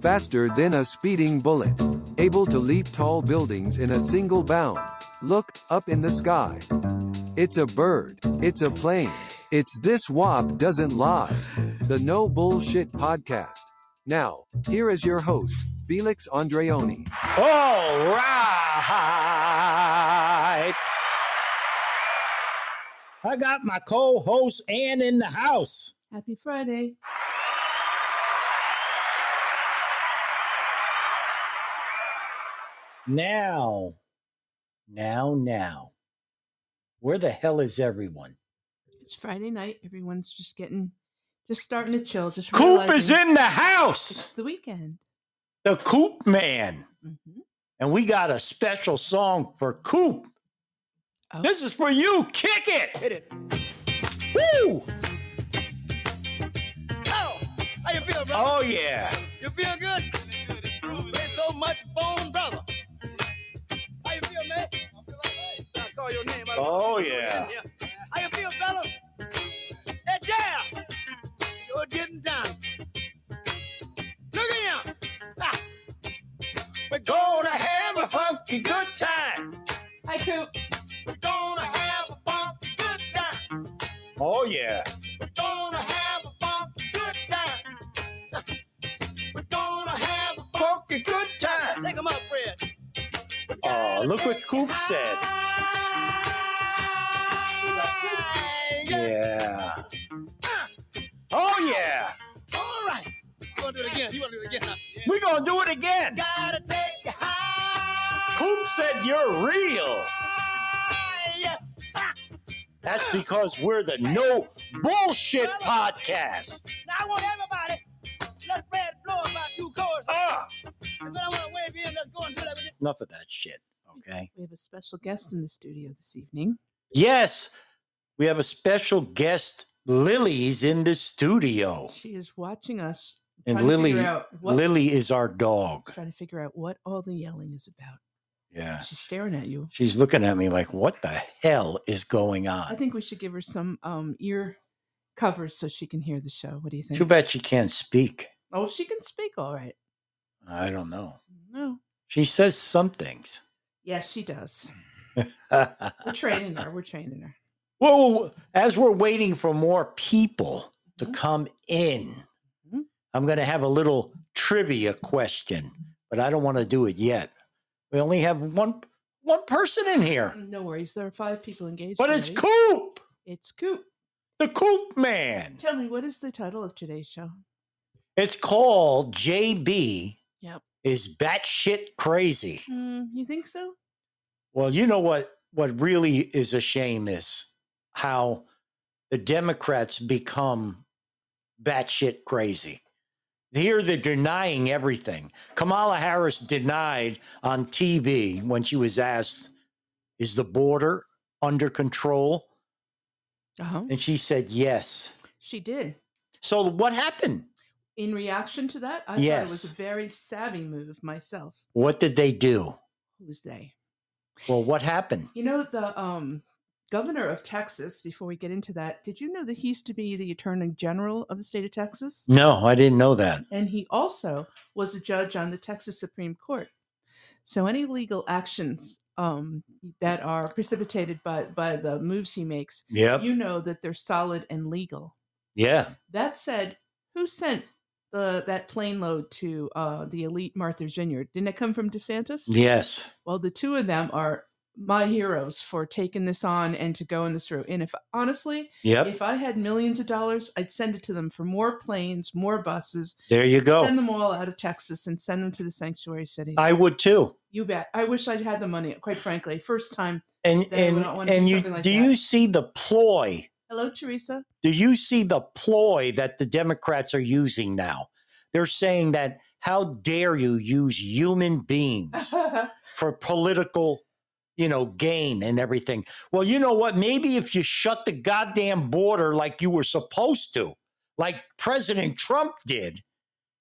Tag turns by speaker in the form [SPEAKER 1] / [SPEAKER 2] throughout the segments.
[SPEAKER 1] faster than a speeding bullet. Able to leap tall buildings in a single bound. Look, up in the sky. It's a bird. It's a plane. It's This WAP Doesn't Lie, the No Bullshit podcast. Now, here is your host, Felix Andreoni.
[SPEAKER 2] All right. I got my co host Ann in the house.
[SPEAKER 3] Happy Friday.
[SPEAKER 2] Now, now, now. Where the hell is everyone?
[SPEAKER 3] It's Friday night. Everyone's just getting, just starting to chill. Just
[SPEAKER 2] Coop is
[SPEAKER 3] realizing
[SPEAKER 2] in the
[SPEAKER 3] It's
[SPEAKER 2] house.
[SPEAKER 3] the weekend.
[SPEAKER 2] The Coop Man. Mm-hmm.
[SPEAKER 3] Mhm.
[SPEAKER 2] And we got a special song for Coop.
[SPEAKER 3] Oh.
[SPEAKER 2] This is for you. Kick it. Hit it. Woo!
[SPEAKER 4] Oh, how you feel, brother?
[SPEAKER 2] Oh, yeah.
[SPEAKER 4] You feel good? There's so much bone, brother. How you feel, man? I call your name. I don't
[SPEAKER 2] Oh,
[SPEAKER 4] want you to
[SPEAKER 2] yeah.
[SPEAKER 4] go in here. How you feel, fella? Hey, yeah. Sure getting down. Look at him. Ah,
[SPEAKER 2] We're gonna have a funky good time.
[SPEAKER 3] Hi, Coop.
[SPEAKER 4] we're gonna have a funky good time.
[SPEAKER 2] Oh, yeah.
[SPEAKER 4] We're gonna have a funky good time. Ah, We're gonna have a
[SPEAKER 2] Funky good time.
[SPEAKER 4] Take 'em up, Fred.
[SPEAKER 2] Oh, look what Coop said. Yeah. Oh, yeah.
[SPEAKER 4] All right. You want to do it again? You want to do it again? Huh?
[SPEAKER 2] We're gonna do it again.
[SPEAKER 4] Gotta take it high.
[SPEAKER 2] Coop said you're real.
[SPEAKER 4] Ah,
[SPEAKER 2] That's because we're the no bullshit podcast.
[SPEAKER 4] Now I want everybody. Let's Fred blow about two chords.
[SPEAKER 2] Ah,
[SPEAKER 4] And then I want to wave in. Let's go and do that again.
[SPEAKER 2] enough of that shit. Okay.
[SPEAKER 3] We have a special guest in the studio this evening.
[SPEAKER 2] Yes, we have a special guest. Lily's in the studio,
[SPEAKER 3] She is watching us.
[SPEAKER 2] and
[SPEAKER 3] trying to
[SPEAKER 2] Lily,
[SPEAKER 3] figure out what,
[SPEAKER 2] Lily is our dog.
[SPEAKER 3] trying to figure out what all the yelling is about.
[SPEAKER 2] Yeah.
[SPEAKER 3] She's staring at you.
[SPEAKER 2] She's looking at me like, what the hell is going
[SPEAKER 3] I
[SPEAKER 2] on?
[SPEAKER 3] think we should give her some um ear covers so she can hear the show. What do you think?
[SPEAKER 2] Too bad she can't speak.
[SPEAKER 3] Oh, she can speak all right.
[SPEAKER 2] I don't know.
[SPEAKER 3] No.
[SPEAKER 2] She says some things.
[SPEAKER 3] Yes, she does.
[SPEAKER 2] whoa,
[SPEAKER 3] We're training her. We're training her.
[SPEAKER 2] whoa, whoa. as we're waiting for more people to
[SPEAKER 3] Mhm.
[SPEAKER 2] come in,
[SPEAKER 3] Mhm.
[SPEAKER 2] I'm going to have a little trivia question, but I don't want to do it yet. We only have one one person in here,
[SPEAKER 3] No worries. There are five people engaged.
[SPEAKER 2] but it's
[SPEAKER 3] already.
[SPEAKER 2] Coop,
[SPEAKER 3] It's Coop.
[SPEAKER 2] the Coop Man.
[SPEAKER 3] Tell me, what is the title of today's show?
[SPEAKER 2] It's called JB.
[SPEAKER 3] Yep.
[SPEAKER 2] Is batshit crazy.
[SPEAKER 3] Mm, you think so?
[SPEAKER 2] Well, you know what what really is a shame is how the Democrats become batshit crazy. Here they're denying everything. Kamala Harris denied on TV when she was asked, "Is the border under control?"
[SPEAKER 3] Uh huh.
[SPEAKER 2] and she said, "Yes."
[SPEAKER 3] She did.
[SPEAKER 2] So what happened?
[SPEAKER 3] In reaction to that, I thought it
[SPEAKER 2] Yes.
[SPEAKER 3] was a very savvy move myself.
[SPEAKER 2] What did they do?
[SPEAKER 3] Who was they?
[SPEAKER 2] Well, what happened?
[SPEAKER 3] You know, the um, governor of Texas, before we get into that, did you know that he used to be the attorney general of the state of Texas?
[SPEAKER 2] No, I didn't know that.
[SPEAKER 3] And he also was a judge on the Texas Supreme Court. So any legal actions um, that are precipitated by, by the moves he makes,
[SPEAKER 2] Yep.
[SPEAKER 3] you know that they're solid and legal.
[SPEAKER 2] Yeah.
[SPEAKER 3] That said, who sent the that plane load to uh, the elite Martha's Vineyard? Didn't it come from DeSantis?
[SPEAKER 2] Yes.
[SPEAKER 3] Well, the two of them are my heroes for taking this on and to go in this route. And if honestly,
[SPEAKER 2] Yep.
[SPEAKER 3] if I had millions of dollars, I'd send it to them for more planes, more buses,
[SPEAKER 2] There you go.
[SPEAKER 3] send them all out of Texas and send them to the sanctuary city.
[SPEAKER 2] I would too.
[SPEAKER 3] you bet. I wish I'd had the money. Quite frankly, first time.
[SPEAKER 2] and
[SPEAKER 3] that I would
[SPEAKER 2] and
[SPEAKER 3] not wanna do
[SPEAKER 2] and you
[SPEAKER 3] something like
[SPEAKER 2] do
[SPEAKER 3] that.
[SPEAKER 2] you see the ploy
[SPEAKER 3] Hello, Teresa.
[SPEAKER 2] do you see the ploy that the democrats are using now they're saying that how dare you use human beings
[SPEAKER 3] Ah,
[SPEAKER 2] for political you know gain and everything well you know what maybe if you shut the goddamn border like you were supposed to like president trump did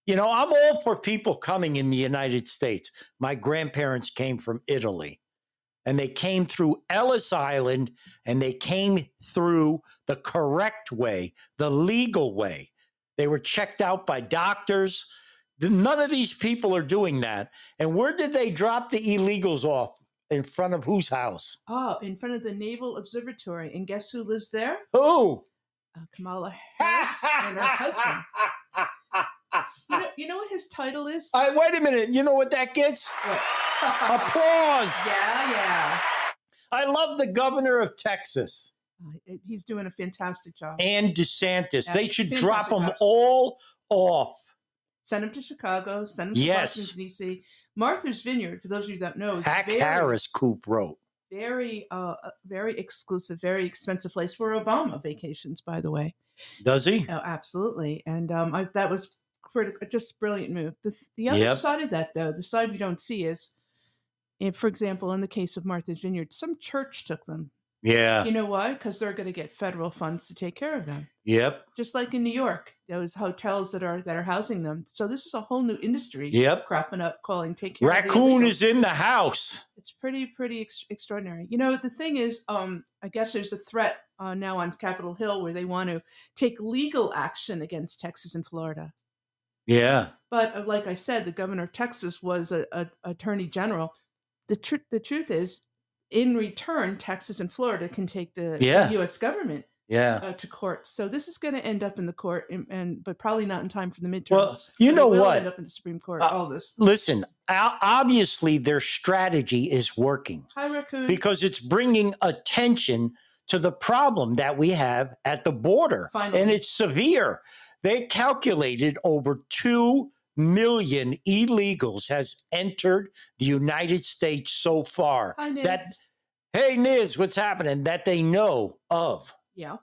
[SPEAKER 2] you know i'm all for people coming in the united states my grandparents came from italy and they came through ellis island and they came through the correct way the legal way they were checked out by doctors The- None of these people are doing that. And where did they drop the illegals off? In front of whose house?
[SPEAKER 3] Oh, in front of the Naval Observatory. And guess who lives there?
[SPEAKER 2] Who?
[SPEAKER 3] Uh, Kamala Harris and her husband. You know, you know what his title is?
[SPEAKER 2] All right, wait a minute. You know what that gets?
[SPEAKER 3] What?
[SPEAKER 2] Applause.
[SPEAKER 3] yeah, yeah.
[SPEAKER 2] I love the governor of Texas,
[SPEAKER 3] Uh, He's doing a fantastic job.
[SPEAKER 2] and DeSantis.
[SPEAKER 3] Yeah,
[SPEAKER 2] they should
[SPEAKER 3] fantastic
[SPEAKER 2] drop them
[SPEAKER 3] option.
[SPEAKER 2] all off.
[SPEAKER 3] Send him to Chicago. Send him to
[SPEAKER 2] Yes.
[SPEAKER 3] Washington D.C. Martha's Vineyard, for those of you that know, is
[SPEAKER 2] Hack
[SPEAKER 3] very,
[SPEAKER 2] Harris Coop wrote.
[SPEAKER 3] very, uh, uh, very exclusive, very expensive place for Obama vacations. By the way,
[SPEAKER 2] Does he?
[SPEAKER 3] oh, absolutely, and um, I, that was critical, just brilliant move. The, th- the other
[SPEAKER 2] Yep.
[SPEAKER 3] side of that, though, the side we don't see is, if, for example, in the case of Martha's Vineyard, some church took them.
[SPEAKER 2] Yeah.
[SPEAKER 3] You know why? Because they're going to get federal funds to take care of them.
[SPEAKER 2] Yep.
[SPEAKER 3] just like in New York, those hotels that are that are housing them. So this is a whole new industry
[SPEAKER 2] Yep.
[SPEAKER 3] cropping up, calling take care. of the
[SPEAKER 2] Raccoon
[SPEAKER 3] illegals.
[SPEAKER 2] is in the house.
[SPEAKER 3] It's pretty pretty ex- extraordinary. You know, the thing is, um, I guess there's a threat uh, now on Capitol Hill where they want to take legal action against Texas and Florida.
[SPEAKER 2] Yeah.
[SPEAKER 3] But uh, like I said, the governor of Texas was a, a attorney general. The truth the truth is, in return, Texas and Florida can take the, the
[SPEAKER 2] Yeah.
[SPEAKER 3] U.S. government
[SPEAKER 2] Yeah.
[SPEAKER 3] uh, to court. So this is going to end up in the court, and, and but probably not in time for the midterms.
[SPEAKER 2] Well, you
[SPEAKER 3] But it
[SPEAKER 2] know
[SPEAKER 3] will
[SPEAKER 2] what?
[SPEAKER 3] End up in the Supreme Court.
[SPEAKER 2] Uh,
[SPEAKER 3] all this.
[SPEAKER 2] Listen, o- obviously their strategy is working
[SPEAKER 3] Hi, raccoon.
[SPEAKER 2] because it's bringing attention to the problem that we have at the border. And
[SPEAKER 3] Finally.
[SPEAKER 2] it's severe. They calculated over 2 million illegals has entered the United States so far.
[SPEAKER 3] Hi,
[SPEAKER 2] that
[SPEAKER 3] Niz.
[SPEAKER 2] hey Niz, what's happening that they know of?
[SPEAKER 3] yeah.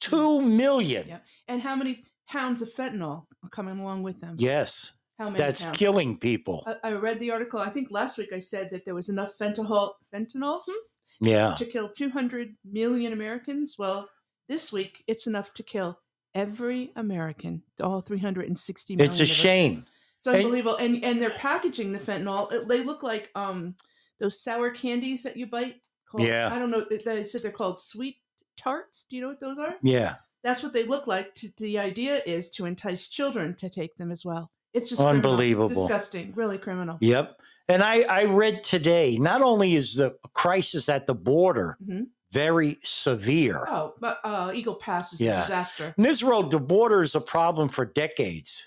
[SPEAKER 2] 2 million.
[SPEAKER 3] Yeah. And how many pounds of fentanyl are coming along with them?
[SPEAKER 2] Yes,
[SPEAKER 3] How many? Uh,
[SPEAKER 2] that's
[SPEAKER 3] pounds?
[SPEAKER 2] killing people.
[SPEAKER 3] I, I read the article. I think last week I said that there was enough fentanyl, fentanyl hmm,
[SPEAKER 2] yeah.
[SPEAKER 3] to kill 200 million Americans. Well, this week it's enough to kill every American, all 360 million.
[SPEAKER 2] It's a
[SPEAKER 3] of us.
[SPEAKER 2] shame.
[SPEAKER 3] It's
[SPEAKER 2] Hey-
[SPEAKER 3] unbelievable, and and they're packaging the fentanyl. It- They look like um those sour candies that you bite. Called,
[SPEAKER 2] Yeah.
[SPEAKER 3] I don't know. They- They said they're called sweet tarts. Do you know what those are?
[SPEAKER 2] Yeah.
[SPEAKER 3] That's what they look like. To, the idea is to entice children to take them as well. It's just criminal,
[SPEAKER 2] Unbelievable.
[SPEAKER 3] disgusting, really criminal.
[SPEAKER 2] Yep. And I, I read today, not only is the crisis at the border
[SPEAKER 3] Mhm.
[SPEAKER 2] very severe,
[SPEAKER 3] Oh, but uh, Eagle Pass is
[SPEAKER 2] Yeah.
[SPEAKER 3] a disaster.
[SPEAKER 2] and this road, the border is a problem for decades.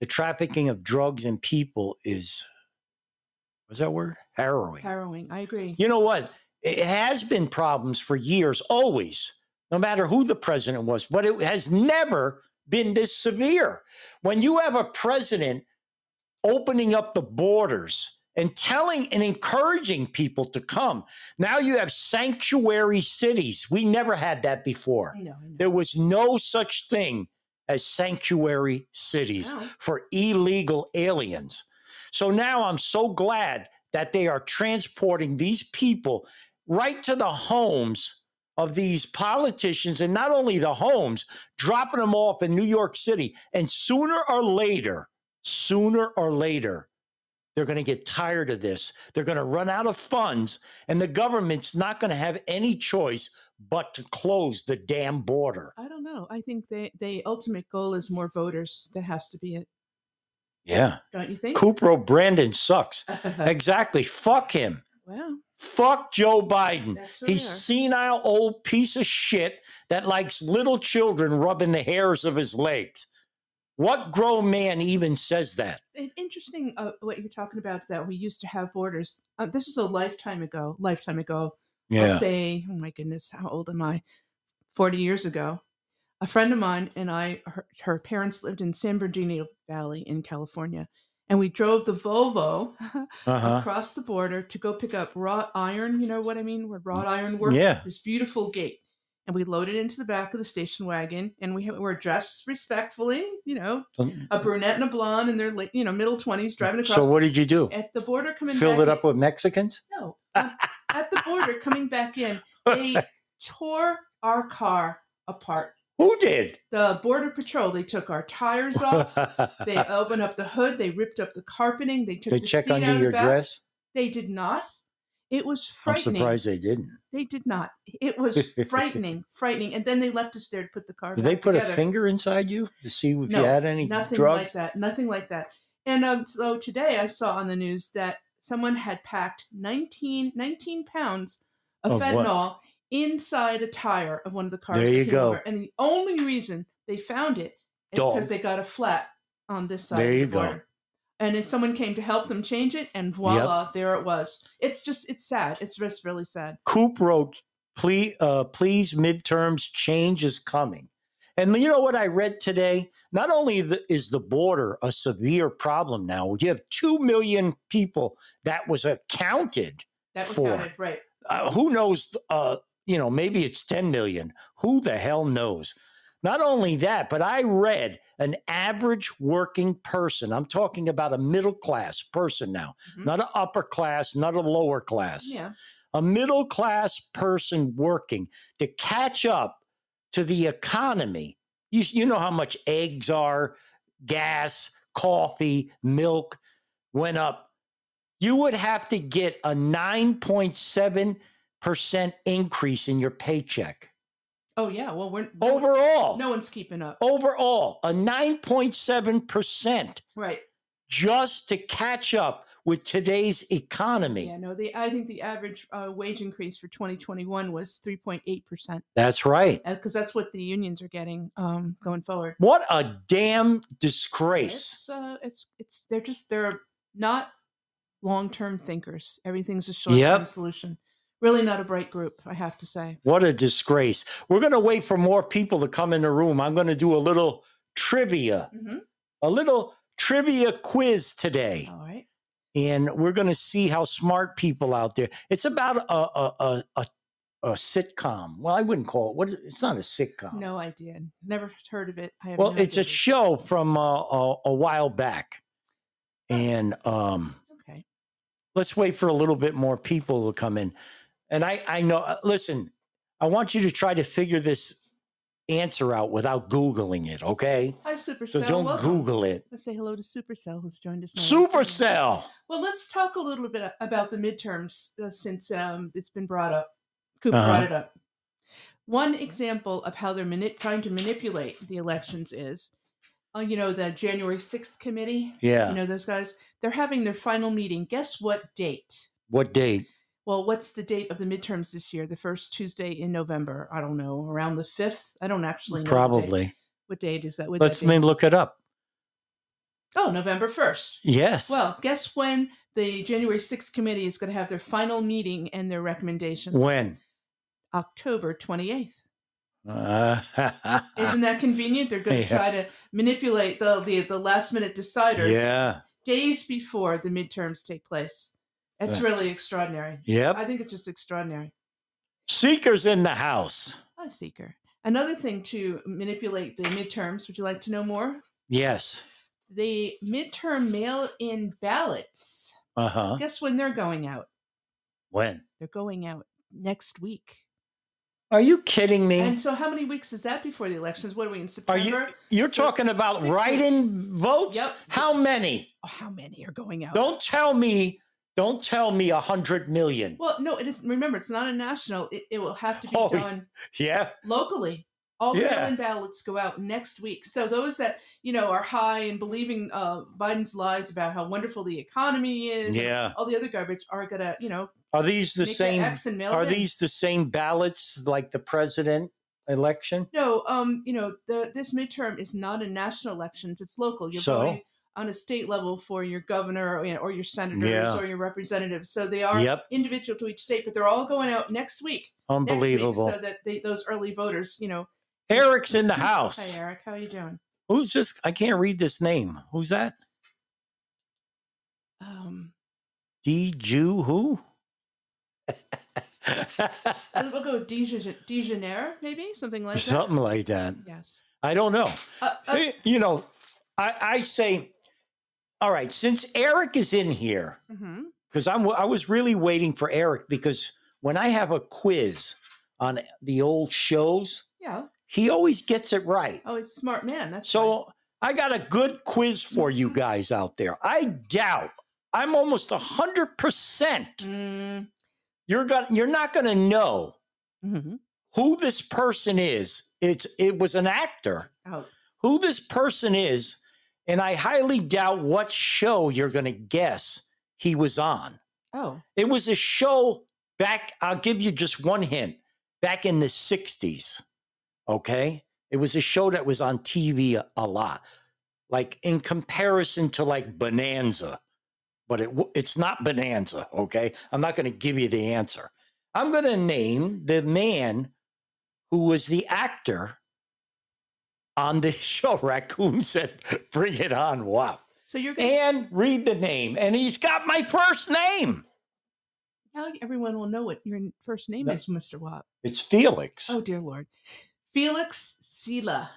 [SPEAKER 2] The trafficking of drugs and people is, what's that word? Harrowing.
[SPEAKER 3] Harrowing. I agree.
[SPEAKER 2] You know what? It has been problems for years, always, no matter who the president was, but it has never been this severe. When you have a president opening up the borders and telling and encouraging people to come, now you have sanctuary cities. We never had that before.
[SPEAKER 3] I know. I know.
[SPEAKER 2] There was no such thing as sanctuary cities
[SPEAKER 3] No.
[SPEAKER 2] for illegal aliens. So now I'm so glad that they are transporting these people right to the homes of these politicians and not only the homes, dropping them off in New York City. And sooner or later, sooner or later, they're going to get tired of this. They're going to run out of funds, and the government's not going to have any choice but to close the damn border.
[SPEAKER 3] I don't know. I think they the ultimate goal is more voters. That has to be it,
[SPEAKER 2] Yeah.
[SPEAKER 3] don't you think?
[SPEAKER 2] Cupro Brandon sucks. Exactly. Fuck him.
[SPEAKER 3] well,
[SPEAKER 2] Fuck Joe Biden.
[SPEAKER 3] that's what
[SPEAKER 2] He's senile old piece of shit that likes little children rubbing the hairs of his legs. What grown man even says that?
[SPEAKER 3] An interesting uh, what you're talking about that we used to have borders. Um, this is a lifetime ago. Lifetime ago, I'll say. Oh my goodness, how old am I? Forty years ago, a friend of mine and I, her, her parents lived in San Bernardino Valley in California, and we drove the Volvo
[SPEAKER 2] Uh-huh.
[SPEAKER 3] across the border to go pick up wrought iron. You know what I mean? Where wrought iron work.
[SPEAKER 2] Yeah.
[SPEAKER 3] This beautiful gate. And we loaded into the back of the station wagon, and we were dressed respectfully, you know, a brunette and a blonde in their late, you know, middle twenties driving across
[SPEAKER 2] So what did you do?
[SPEAKER 3] at the border coming
[SPEAKER 2] Filled
[SPEAKER 3] back
[SPEAKER 2] it up with Mexicans?
[SPEAKER 3] in, no um, at the border coming back in they tore our car apart
[SPEAKER 2] Who did?
[SPEAKER 3] the border patrol they took our tires off they opened up the hood they ripped up the carpeting they took
[SPEAKER 2] they
[SPEAKER 3] the
[SPEAKER 2] check
[SPEAKER 3] seat out
[SPEAKER 2] under
[SPEAKER 3] of the
[SPEAKER 2] your
[SPEAKER 3] back.
[SPEAKER 2] dress?
[SPEAKER 3] they did not It was
[SPEAKER 2] I'm
[SPEAKER 3] frightening.
[SPEAKER 2] surprised they didn't.
[SPEAKER 3] They did not. It was frightening, frightening. And then they left us there to put the car.
[SPEAKER 2] Did they
[SPEAKER 3] back
[SPEAKER 2] put
[SPEAKER 3] together.
[SPEAKER 2] a finger inside you to see if
[SPEAKER 3] No,
[SPEAKER 2] you had any
[SPEAKER 3] Nothing
[SPEAKER 2] drugs?
[SPEAKER 3] like that. Nothing like that. And um, so today I saw on the news that someone had packed 19, 19 pounds of,
[SPEAKER 2] Of what?
[SPEAKER 3] fentanyl inside a tire of one of the cars.
[SPEAKER 2] There
[SPEAKER 3] that
[SPEAKER 2] you
[SPEAKER 3] came
[SPEAKER 2] go.
[SPEAKER 3] over. And the only reason they found it is
[SPEAKER 2] Dog.
[SPEAKER 3] because they got a flat on this side.
[SPEAKER 2] There
[SPEAKER 3] of
[SPEAKER 2] you
[SPEAKER 3] the
[SPEAKER 2] go.
[SPEAKER 3] border. And if someone came to help them change it, and voila, there it was. It's just, it's sad. It's just really sad.
[SPEAKER 2] Coop wrote, please, uh, please, midterms, change is coming. And you know what I read today? Not only the, is the border a severe problem now, you have 2 million people that was accounted.
[SPEAKER 3] That was
[SPEAKER 2] Four.
[SPEAKER 3] counted, right?
[SPEAKER 2] Uh, who knows? Uh, you know, maybe it's 10 million. Who the hell knows? Not only that, but I read an average working person. I'm talking about a middle class person now,
[SPEAKER 3] Mhm.
[SPEAKER 2] not an upper class, not a lower class
[SPEAKER 3] Yeah.
[SPEAKER 2] a middle class person working to catch up to the economy. You, you know how much eggs are, gas, coffee, milk went up. You would have to get a 9.7% increase in your paycheck
[SPEAKER 3] Oh, yeah. Well, we're no one-
[SPEAKER 2] overall.
[SPEAKER 3] No one's keeping up.
[SPEAKER 2] Overall, a 9.7%
[SPEAKER 3] Right.
[SPEAKER 2] just to catch up with today's economy.
[SPEAKER 3] Yeah, no, the I think the average uh, wage increase for 2021 was 3.8 percent
[SPEAKER 2] That's right.
[SPEAKER 3] because that's what the unions are getting um, going forward.
[SPEAKER 2] What a damn disgrace.
[SPEAKER 3] It's, uh, it's it's they're just they're not long term thinkers. Everything's a short term
[SPEAKER 2] Yep.
[SPEAKER 3] solution. Really, not a bright group, I have to say.
[SPEAKER 2] What a disgrace. We're going to wait for more people to come in the room. I'm going to do a little trivia,
[SPEAKER 3] Mhm.
[SPEAKER 2] a little trivia quiz today.
[SPEAKER 3] All right.
[SPEAKER 2] And we're going to see how smart people out there. It's about a, a, a, a, a sitcom. Well, I wouldn't call it. What is, it's not a sitcom.
[SPEAKER 3] No idea. Never heard of it. I have
[SPEAKER 2] Well,
[SPEAKER 3] no
[SPEAKER 2] it's a
[SPEAKER 3] idea.
[SPEAKER 2] show from uh, a, a while back. And um,
[SPEAKER 3] okay.
[SPEAKER 2] let's wait for a little bit more people to come in. And I, I know, uh, listen, I want you to try to figure this answer out without Googling it, okay?
[SPEAKER 3] Hi, Supercell.
[SPEAKER 2] So don't
[SPEAKER 3] Welcome.
[SPEAKER 2] Google it.
[SPEAKER 3] Let's say hello to Supercell, who's joined us. now.
[SPEAKER 2] Supercell.
[SPEAKER 3] Well, let's talk a little bit a- about the midterms uh, since um, it's been brought up. Cooper
[SPEAKER 2] Uh-huh. Mm-hmm.
[SPEAKER 3] brought it up. One example of how they're mani- trying to manipulate the elections is, uh, you know, the January 6th committee.
[SPEAKER 2] Yeah.
[SPEAKER 3] You know, those guys, they're having their final meeting. Guess what date?
[SPEAKER 2] What date?
[SPEAKER 3] Well, what's the date of the midterms this year? The first Tuesday in November. I don't know, around the 5th? I don't actually know. what date-
[SPEAKER 2] Probably.
[SPEAKER 3] What date is that? Would that
[SPEAKER 2] Let's
[SPEAKER 3] be?
[SPEAKER 2] maybe look it up.
[SPEAKER 3] Oh, November 1st.
[SPEAKER 2] Yes.
[SPEAKER 3] Well, guess when the January 6th committee is going to have their final meeting and their recommendations?
[SPEAKER 2] when?
[SPEAKER 3] October 28th.
[SPEAKER 2] Uh,
[SPEAKER 3] Isn't that convenient? They're going to
[SPEAKER 2] Yeah.
[SPEAKER 3] try to manipulate the, the, the last minute deciders
[SPEAKER 2] yeah.
[SPEAKER 3] days before the midterms take place. It's
[SPEAKER 2] Yeah.
[SPEAKER 3] really extraordinary.
[SPEAKER 2] Yep.
[SPEAKER 3] I think it's just extraordinary.
[SPEAKER 2] Seekers in the house.
[SPEAKER 3] A seeker. Another thing to manipulate the midterms, would you like to know more?
[SPEAKER 2] Yes.
[SPEAKER 3] The midterm mail in ballots.
[SPEAKER 2] Uh huh.
[SPEAKER 3] Guess when they're going out?
[SPEAKER 2] When?
[SPEAKER 3] They're going out next week.
[SPEAKER 2] Are you kidding me?
[SPEAKER 3] And so, how many weeks is that before the elections? What are we in
[SPEAKER 2] Are
[SPEAKER 3] September?
[SPEAKER 2] you? You're
[SPEAKER 3] So
[SPEAKER 2] talking about
[SPEAKER 3] six
[SPEAKER 2] write-in votes?
[SPEAKER 3] Yep.
[SPEAKER 2] How many?
[SPEAKER 3] Oh, how many are going out?
[SPEAKER 2] Don't tell me. Don't tell me a hundred million.
[SPEAKER 3] Well, no, it is. Remember, it's not a national. It, it will have to be
[SPEAKER 2] Oh, yeah.
[SPEAKER 3] done
[SPEAKER 2] Yeah.
[SPEAKER 3] locally. All the
[SPEAKER 2] Yeah.
[SPEAKER 3] mail-in ballots go out next week. So those that you know are high and believing uh, Biden's lies about how wonderful the economy is, and
[SPEAKER 2] Yeah.
[SPEAKER 3] all the other garbage are gonna you know
[SPEAKER 2] Are these the
[SPEAKER 3] make
[SPEAKER 2] same?
[SPEAKER 3] the X and mail
[SPEAKER 2] Are
[SPEAKER 3] it in.
[SPEAKER 2] these the same ballots like the president election?
[SPEAKER 3] No, um, you know, the this midterm is not a national elections; it's local. You're
[SPEAKER 2] So?
[SPEAKER 3] voting on a state level for your governor or, you know, or your senators
[SPEAKER 2] Yeah.
[SPEAKER 3] or your representatives. So they are
[SPEAKER 2] Yep.
[SPEAKER 3] individual to each state, but they're all going out next week. next week,
[SPEAKER 2] Unbelievable.
[SPEAKER 3] so that they, those early voters, you know,
[SPEAKER 2] Eric's in the house.
[SPEAKER 3] Hi, Eric. How are you doing?
[SPEAKER 2] Who's just? I can't read this name. Who's that?
[SPEAKER 3] Um,
[SPEAKER 2] D Jew who?
[SPEAKER 3] we'll go Dejanere, maybe something like that.
[SPEAKER 2] Something like that.
[SPEAKER 3] Yes.
[SPEAKER 2] I don't know.
[SPEAKER 3] Uh, uh,
[SPEAKER 2] Hey, you know, I, I say, all right. Since Eric is in here,
[SPEAKER 3] mhm.
[SPEAKER 2] because I'm I was really waiting for Eric because when I have a quiz on the old shows,
[SPEAKER 3] Yeah.
[SPEAKER 2] he always gets it right.
[SPEAKER 3] Oh, he's a smart man. That's why.
[SPEAKER 2] So I got a good quiz for you guys out there. I doubt I'm almost a hundred percent
[SPEAKER 3] Mm,
[SPEAKER 2] you're going to you're not going to know
[SPEAKER 3] Mm-hmm.
[SPEAKER 2] who this person is. It's it was an actor
[SPEAKER 3] Out.
[SPEAKER 2] who this person is, and I highly doubt what show you're going to guess he was on.
[SPEAKER 3] Oh,
[SPEAKER 2] It was a show back, I'll give you just one hint, back in the 60s. Okay. It was a show that was on TV a, a lot, like in comparison to like Bonanza, but it, w- it's not Bonanza. Okay. I'm not going to give you the answer. I'm going to name the man who was the actor on this show. Raccoon said, Bring it on. Wow.
[SPEAKER 3] so you're going to
[SPEAKER 2] And read the name. And he's got my first name.
[SPEAKER 3] now everyone will know what your n- first name
[SPEAKER 2] No.
[SPEAKER 3] is, Mr. Wop.
[SPEAKER 2] It's Felix.
[SPEAKER 3] Oh, dear Lord. Felix Sela.